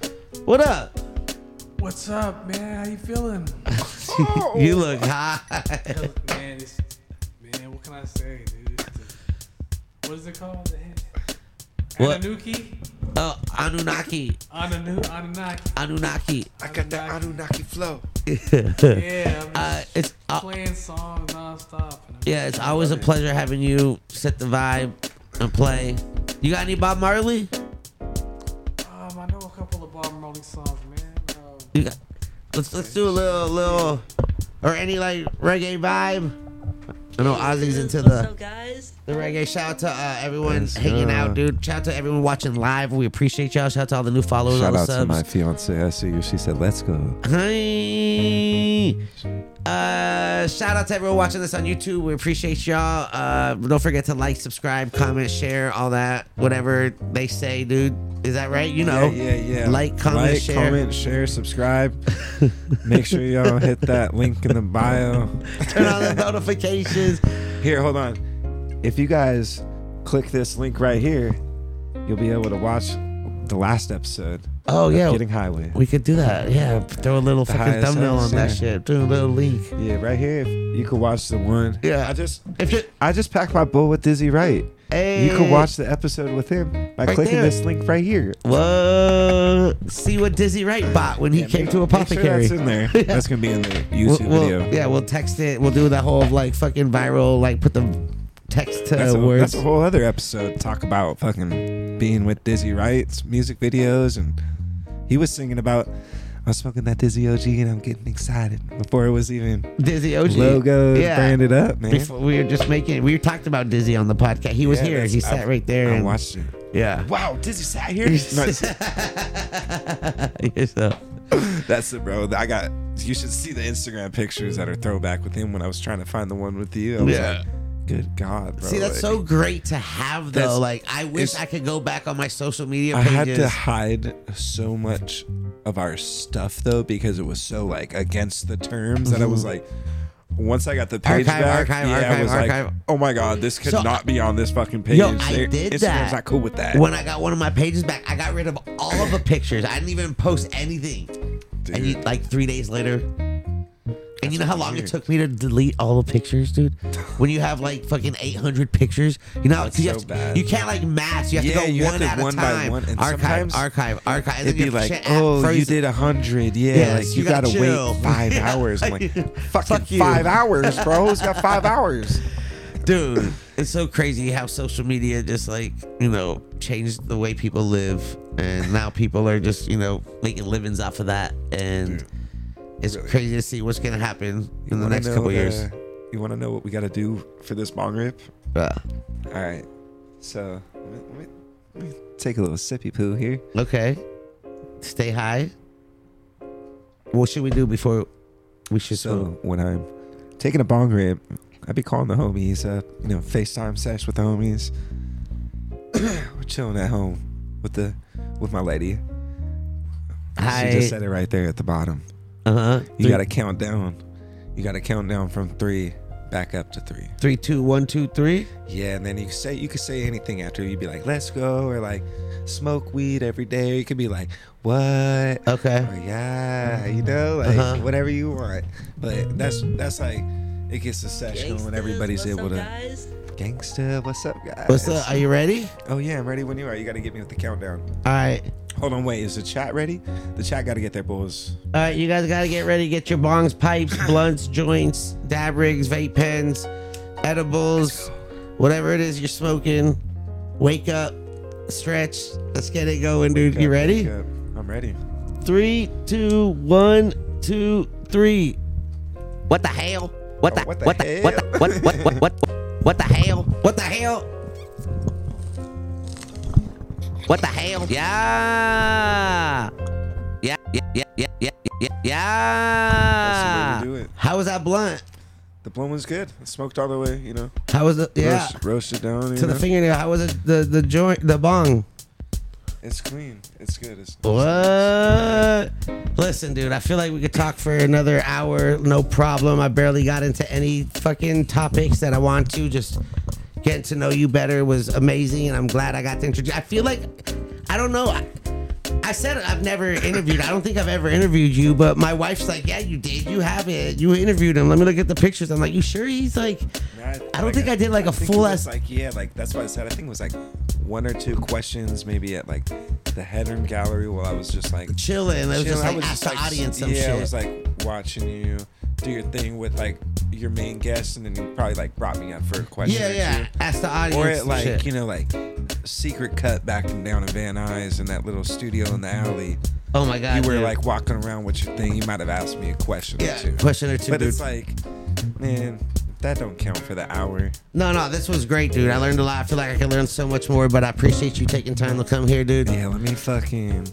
S2: What up?
S5: What's up, man? How you feeling?
S2: you look high.
S5: man, it's, man, what can I say, dude? It's the- what is it called? The hand-
S2: What?
S5: Anunnaki?
S2: Oh, Anunnaki,
S5: Ananu-
S2: Uh,
S5: Anunnaki.
S2: Anunnaki.
S4: I got that Anunnaki flow.
S5: Yeah, I'm
S2: Uh,
S5: just
S2: it's uh,
S5: playing songs nonstop. And I'm
S2: yeah, it's always a pleasure having you set the vibe and play. You got any Bob Marley?
S5: Um, I know a couple of Bob Marley songs, man. Um,
S2: You got. Let's let's do a little little or any like reggae vibe? I know Ozzy's into
S6: What's
S2: the
S6: up, guys?
S2: the reggae. Shout out to uh, everyone
S1: Yes,
S2: hanging
S1: uh,
S2: out, dude. Shout out to everyone watching live. We appreciate y'all. Shout out to all the new followers,
S1: Shout
S2: all
S1: out
S2: the
S1: to my
S2: subs.
S1: fiance. I see her. She said, "Let's go."
S2: Hi. Uh, shout out to everyone watching this on YouTube. We appreciate y'all. Uh, don't forget to like, subscribe, comment, share, all that. Whatever they say, dude. Is that right? You know.
S1: Yeah, yeah, yeah.
S2: Oh, Like, comment,
S1: like,
S2: share.
S1: comment, share, subscribe. Make sure y'all hit that link in the bio.
S2: Turn on the notifications.
S1: Here, hold on. If you guys click this link right here, you'll be able to watch the last episode.
S2: Oh
S1: of
S2: yeah.
S1: Getting Highway.
S2: We could do that. Yeah. Throw a little fucking
S1: highest
S2: thumbnail on
S1: highs,
S2: that
S1: yeah.
S2: shit. Do a little link.
S1: Yeah, right here. If you could watch the one.
S2: Yeah.
S1: I just,
S2: If you
S1: I just packed my bowl with Dizzy Wright.
S2: hey,
S1: You could watch the episode with him by
S2: Right
S1: clicking
S2: there.
S1: this link right here.
S2: Whoa. See what Dizzy Wright bought when he came to Apothecary.
S1: Make sure that's in there. That's gonna be in the YouTube
S2: we'll,
S1: video.
S2: We'll, yeah, we'll text it. We'll do the whole like fucking viral, like put the text to
S1: That's a,
S2: words.
S1: that's a whole other episode. Talk about fucking being with Dizzy Wright's music videos, and he was singing about I'm smoking that Dizzy OG and I'm getting excited before it was even
S2: Dizzy OG.
S1: logo branded up, man.
S2: Before we were just making. We talked about Dizzy on the podcast. He was
S1: Yeah,
S2: here.
S1: that's-
S2: He sat
S1: I-
S2: right there.
S1: I
S2: and-
S1: watched it.
S2: yeah.
S1: Wow, Dizzy sat here. No, it's-
S2: Yourself.
S1: that's it, bro. I got. You should see the Instagram pictures that are throwback with him when I was trying to find the one with you. I was
S2: Yeah.
S1: like, good God, bro.
S2: See, that's so great to have though.
S1: That's-
S2: like, I wish
S1: it's-
S2: I could go back on my social media
S1: I
S2: pages.
S1: had to hide so much of our stuff though because it was so like against the terms that I was like once I got the page
S2: Mm-hmm. Archive,
S1: back,
S2: archive,
S1: yeah,
S2: archive,
S1: I was
S2: archive.
S1: like, "Oh my god, this could
S2: So-
S1: not be on this fucking page."
S2: Yo, I
S1: They-
S2: did
S1: Instagram's
S2: that.
S1: not cool with that.
S2: when I got one of my pages back, I got rid of all of the pictures. I didn't even post anything. And you, like three days later. And you know how long it
S1: weird.
S2: took me to delete all the pictures, dude? When you have like fucking 800 pictures, you know, how- 'cause you,
S1: so
S2: have to-
S1: bad.
S2: you can't like match. You have
S1: Yeah,
S2: to go
S1: you have
S2: one
S1: to
S2: at a
S1: one by
S2: time.
S1: one, and
S2: archive,
S1: sometimes
S2: archive, archive.
S1: It'd be like, "Oh, you did a hundred, yeah."
S2: Yes,
S1: like
S2: you
S1: you,
S2: gotta
S1: gotta,
S2: chill.
S1: wait five
S2: Yeah.
S1: hours. I'm like, "Fucking
S2: Fuck you."
S1: five hours, bro. Who's got five hours?"
S2: Dude, it's so crazy how social media just like, you know, changed the way people live. And now people are just, you know, making livings off of that. And it's crazy to see what's going to happen
S1: You
S2: in the
S1: wanna
S2: next
S1: know
S2: couple
S1: the-
S2: years.
S1: You want to know what we got to do for this bong rip?
S2: Uh,
S1: All right. So let me, let me- let me take a little sippy poo here.
S2: Okay. Stay high. What should we do before we should
S1: So
S2: so,
S1: when I'm taking a bong rip, I'd be calling the homies up, you know, FaceTime sesh with the homies. We're chilling at home with the with my lady.
S2: Hi.
S1: She just said it right there at the bottom.
S2: Uh huh.
S1: You gotta count down. You gotta count down from three back up to three.
S2: three, two, one, two, three.
S1: Yeah, and then you can say you could say anything after. You'd be like, "Let's go," or like, "Smoke weed every day." You could be like, "What?"
S2: Okay.
S1: Or, Oh, yeah, you know, like
S2: Uh-huh.
S1: whatever you want. But that's that's like it gets a session when
S6: Gangsters,
S1: everybody's
S6: what's
S1: able
S6: up,
S1: to.
S6: Guys?
S1: Gangsta, what's up, guys?
S2: What's up? Are you ready?
S1: Oh yeah, I'm ready when you are. You got to get me with the countdown.
S2: All right.
S1: Hold on, wait. Is the chat ready? The chat got to get their bulls.
S2: All right. You guys got to get ready. Get your bongs, pipes, blunts, joints, dab rigs, vape pens, edibles, whatever it is you're smoking. Wake up, stretch. Let's get it going, dude. You ready?
S1: Wake up. I'm ready.
S2: Three, two, one, two, three. What the hell? What the
S1: Oh, what the
S2: what the what the
S1: hell?
S2: what what what what what the hell? What the hell? What the hell? Yeah. Yeah, yeah, yeah, yeah, yeah, yeah, yeah. Ah.
S1: That's the way to do it.
S2: How was that blunt?
S1: The blown was good. I smoked all the way, you know.
S2: How was the yeah?
S1: Roast, roast it down. You
S2: to
S1: know?
S2: the fingernail. How was it the the joint the bong?
S1: It's clean. It's good. It's
S2: What? Listen, dude, I feel like we could talk for another hour, no problem. I barely got into any fucking topics that I want to. Just getting to know you better was amazing, and I'm glad I got to introduce. I feel like, I don't know. I, I said I've never interviewed. I don't think I've ever interviewed you, but my wife's like, "Yeah, you did. You have it. You interviewed him. Let me look at the pictures." I'm like, "You sure?" He's like,
S1: Nah,
S2: I don't think I did, like, a
S1: think it
S2: full
S1: was,
S2: ass-
S1: Like yeah, like that's why I said I think it was like one or two questions maybe at like the headroom gallery while I was just like
S2: "Chilling." It was
S1: chilling.
S2: just
S1: I
S2: like ask the
S1: like,
S2: audience some
S1: yeah,
S2: shit.
S1: I was like watching you do your thing with like your main guest, and then you probably like brought me up for a question.
S2: yeah,
S1: or
S2: yeah. Ask the
S1: two.
S2: audience.
S1: Or
S2: some
S1: at like
S2: shit.
S1: you know like secret cut back and down in Van Nuys in that little studio in the alley.
S2: Oh my god.
S1: you were
S2: dude.
S1: like walking around with your thing. You might have asked me a question
S2: yeah,
S1: or two.
S2: question or two.
S1: but
S2: dude.
S1: it's like, man, that don't count for the hour.
S2: no, no, this was great, dude. I learned a lot. I feel like I could learn so much more, but I appreciate you taking time to come here, dude.
S1: Yeah, let me fucking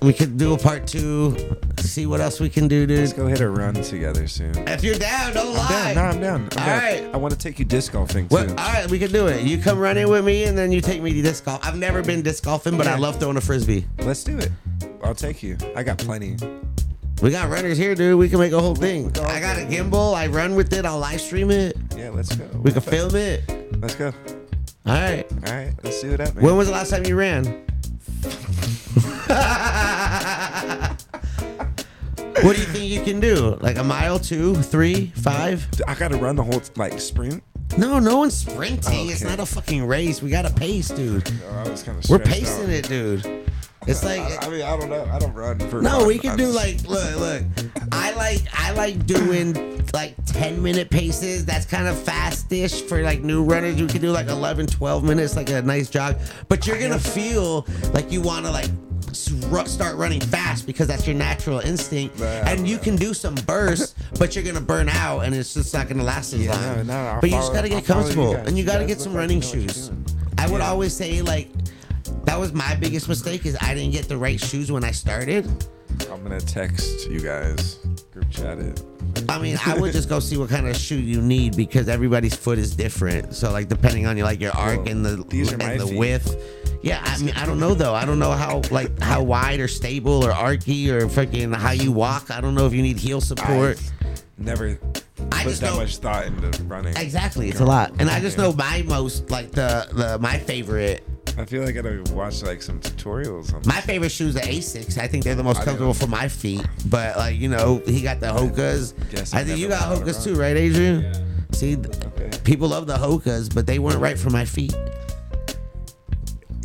S2: We could do a part two, see what else we can do,
S1: let's
S2: dude.
S1: go hit a run together soon.
S2: If you're down, don't
S1: I'm down.
S2: lie.
S1: No, I'm down. I'm
S2: All
S1: down.
S2: right.
S1: I want to take you disc golfing too.
S2: Well, all right, we can do it. You come running with me, and then you take me to disc golf. I've never been disc golfing, but I love throwing a frisbee.
S1: Let's do it. I'll take you. I got plenty.
S2: We got runners here, dude. We can make a whole thing.
S1: go.
S2: I got a gimbal. I run with it. I'll live stream it.
S1: Yeah, let's go.
S2: We can film it.
S1: Let's go.
S2: All right.
S1: All right, let's do it up, man.
S2: When was the last time you ran? what do you think you can do? Like a mile, two, three, five?
S1: I gotta run the whole like sprint.
S2: No, no one's sprinting. It's
S1: Okay.
S2: not a fucking race. We got a pace, dude.
S1: No, Oh, I was kind of.
S2: We're pacing it, dude. It's like
S1: I, I mean, I don't know. I don't run for.
S2: No,
S1: fun.
S2: we can
S1: I
S2: do
S1: just-
S2: like look, look. I like I like doing like 10 minute paces. That's kind of fastish for like new runners. You can do like 11, 12 minutes, like a nice jog. But you're gonna feel like you want to like s- ru- start running fast because that's your natural instinct.
S1: Nah,
S2: and you can do some bursts, but you're gonna burn out, and it's just not gonna last as
S1: Yeah,
S2: long.
S1: no, no, I'll
S2: but you just
S1: follow-
S2: gotta get
S1: I'll follow you
S2: comfortable,
S1: guys.
S2: and you
S1: You
S2: gotta
S1: guys
S2: get
S1: look
S2: some
S1: like you
S2: running
S1: know what you're
S2: shoes.
S1: doing.
S2: I would always say like. That was my biggest mistake is I didn't get the right shoes when I started.
S1: I'm gonna text you guys. Group chat it.
S2: I mean, I would just go see what kind of shoe you need because everybody's foot is different. So like depending on your like your arc
S1: Whoa.
S2: and the
S1: These are my
S2: and the
S1: feet.
S2: width. Yeah, I mean, I don't know though. I don't know how like how wide or stable or archy or freaking how you walk. I don't know if you need heel support.
S1: Never
S2: I
S1: put
S2: just
S1: that
S2: know-
S1: much thought into running.
S2: exactly, it's a lot. And I just
S1: Yeah.
S2: know my most like the the my favorite
S1: I feel like I gotta watch like some tutorials on.
S2: my favorite shoes are Asics. I think they're the most
S1: I
S2: comfortable
S1: know.
S2: for my feet. But like you know, he got the Hokas.
S1: Guess I
S2: I think you
S1: never
S2: got
S1: learned how
S2: Hokas
S1: to
S2: too, right, Adrian?
S5: Yeah.
S2: See, th- people love the Hokas, but they weren't right for my feet.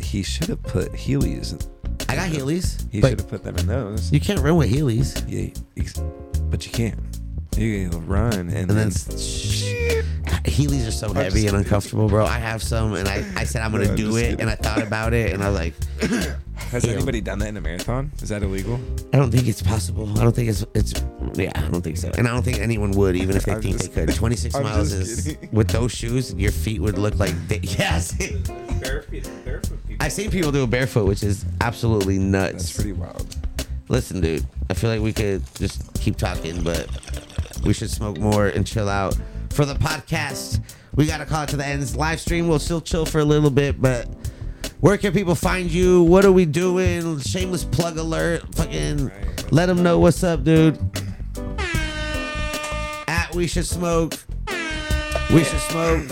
S1: He should have put Heelys.
S2: I got Heelys,
S1: He should
S2: but
S1: have put them in those.
S2: you can't run with Heelys.
S1: Yeah, ex- but you can't. You can run and,
S2: And
S1: then
S2: then Heelys are so heavy
S1: just
S2: and uncomfortable, bro. I have some, and I, I said I'm gonna
S1: I'm
S2: do
S1: just
S2: it,
S1: kidding.
S2: and I thought about it, and I was like,
S1: has
S2: Heel.
S1: anybody done that in a marathon? Is that illegal?
S2: I don't think it's possible. I don't think it's it's yeah, I don't think so, and I don't think anyone would, even if they
S1: I'm
S2: think
S1: just-
S2: they could. 26
S1: I'm
S2: miles
S1: just
S2: is
S1: kidding.
S2: with those shoes, your feet would look like they, yes.
S5: Barefoot, barefoot people.
S2: I've seen people do it barefoot, which is absolutely
S1: That's
S2: nuts.
S1: pretty wild.
S2: Listen, dude, I feel like we could just keep talking, but we should smoke more and chill out. For the podcast, we got to call it to the end. This live stream, we'll still chill for a little bit, but where can people find you? What are we doing? Shameless plug alert. Fucking let them know what's up, dude. At We Should Smoke. We Should Smoke.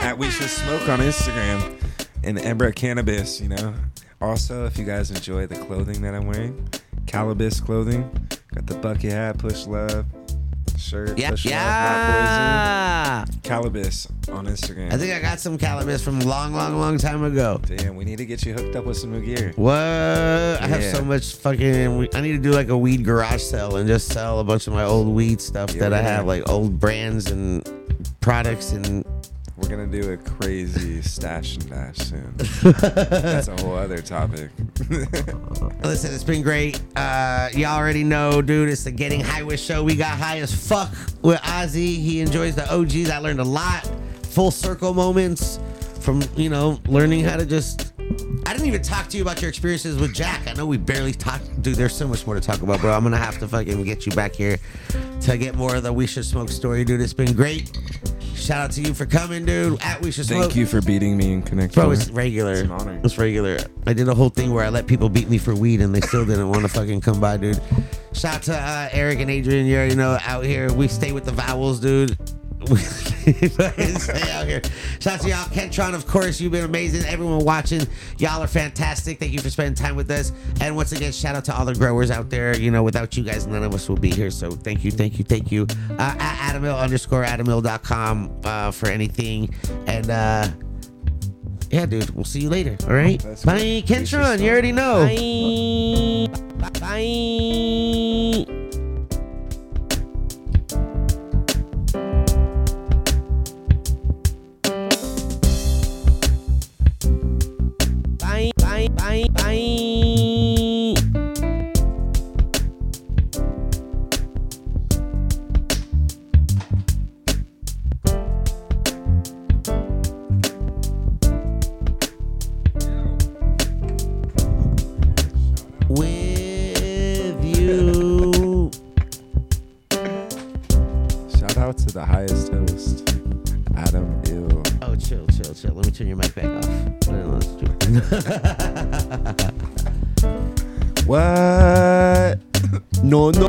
S1: at We Should Smoke on Instagram and Embra Cannabis, you know. Also, if you guys enjoy the clothing that I'm wearing, Calibus clothing, got the bucket hat, push love shirt,
S2: Yeah.
S1: push love,
S2: yeah.
S1: not poison. Calibus on Instagram.
S2: I think I got some calamus from a long, long, long time ago.
S1: Damn, we need to get you hooked up with some new gear.
S2: What? I have
S1: Yeah.
S2: so much fucking. I need to do like a weed garage sale and just sell a bunch of my old weed stuff
S1: Yeah,
S2: that I
S1: yeah.
S2: have, like old brands and products and.
S1: We're gonna do a crazy stash and dash soon. That's a whole other topic.
S2: Listen, it's been great. Uh, y'all already know, dude. It's the Getting High with Show. We got high as fuck with Ozzy. He enjoys the OGs. I learned a lot. Full circle moments from you know learning how to just. I didn't even talk to you about your experiences with Jack. I know we barely talked, dude. There's so much more to talk about, bro. I'm gonna have to fucking get you back here to get more of the We Should Smoke story, dude. It's been great. Shout out to you for coming, dude. At We Should Smoke.
S1: Thank you for beating me and connecting.
S2: Bro, it's regular.
S1: It's an honor.
S2: It's regular. I did a whole thing where I let people beat me for weed and they still didn't want to fucking come by, dude. Shout out to uh, Eric and Adrian. You already know out here. We stay with the vowels, dude. We stay out here. Shout out to y'all. Kentron, of course, you've been amazing. Everyone watching, y'all are fantastic. Thank you for spending time with us. And once again, shout out to all the growers out there. You know, without you guys, none of us will be here. So thank you, thank you, thank you. Uh, at Adamil underscore Adamil.com uh, for anything. And, uh, yeah, dude. We'll see you later. All right.
S1: That's
S2: Bye,
S1: good. Peace
S2: Kentron.
S1: and
S2: You already know. Bye. Bye. Bye. Bye. Bye. Bye. Oh, chill, chill, chill. Let me turn your mic back off. No, no, that's too-
S1: What?
S2: no, no,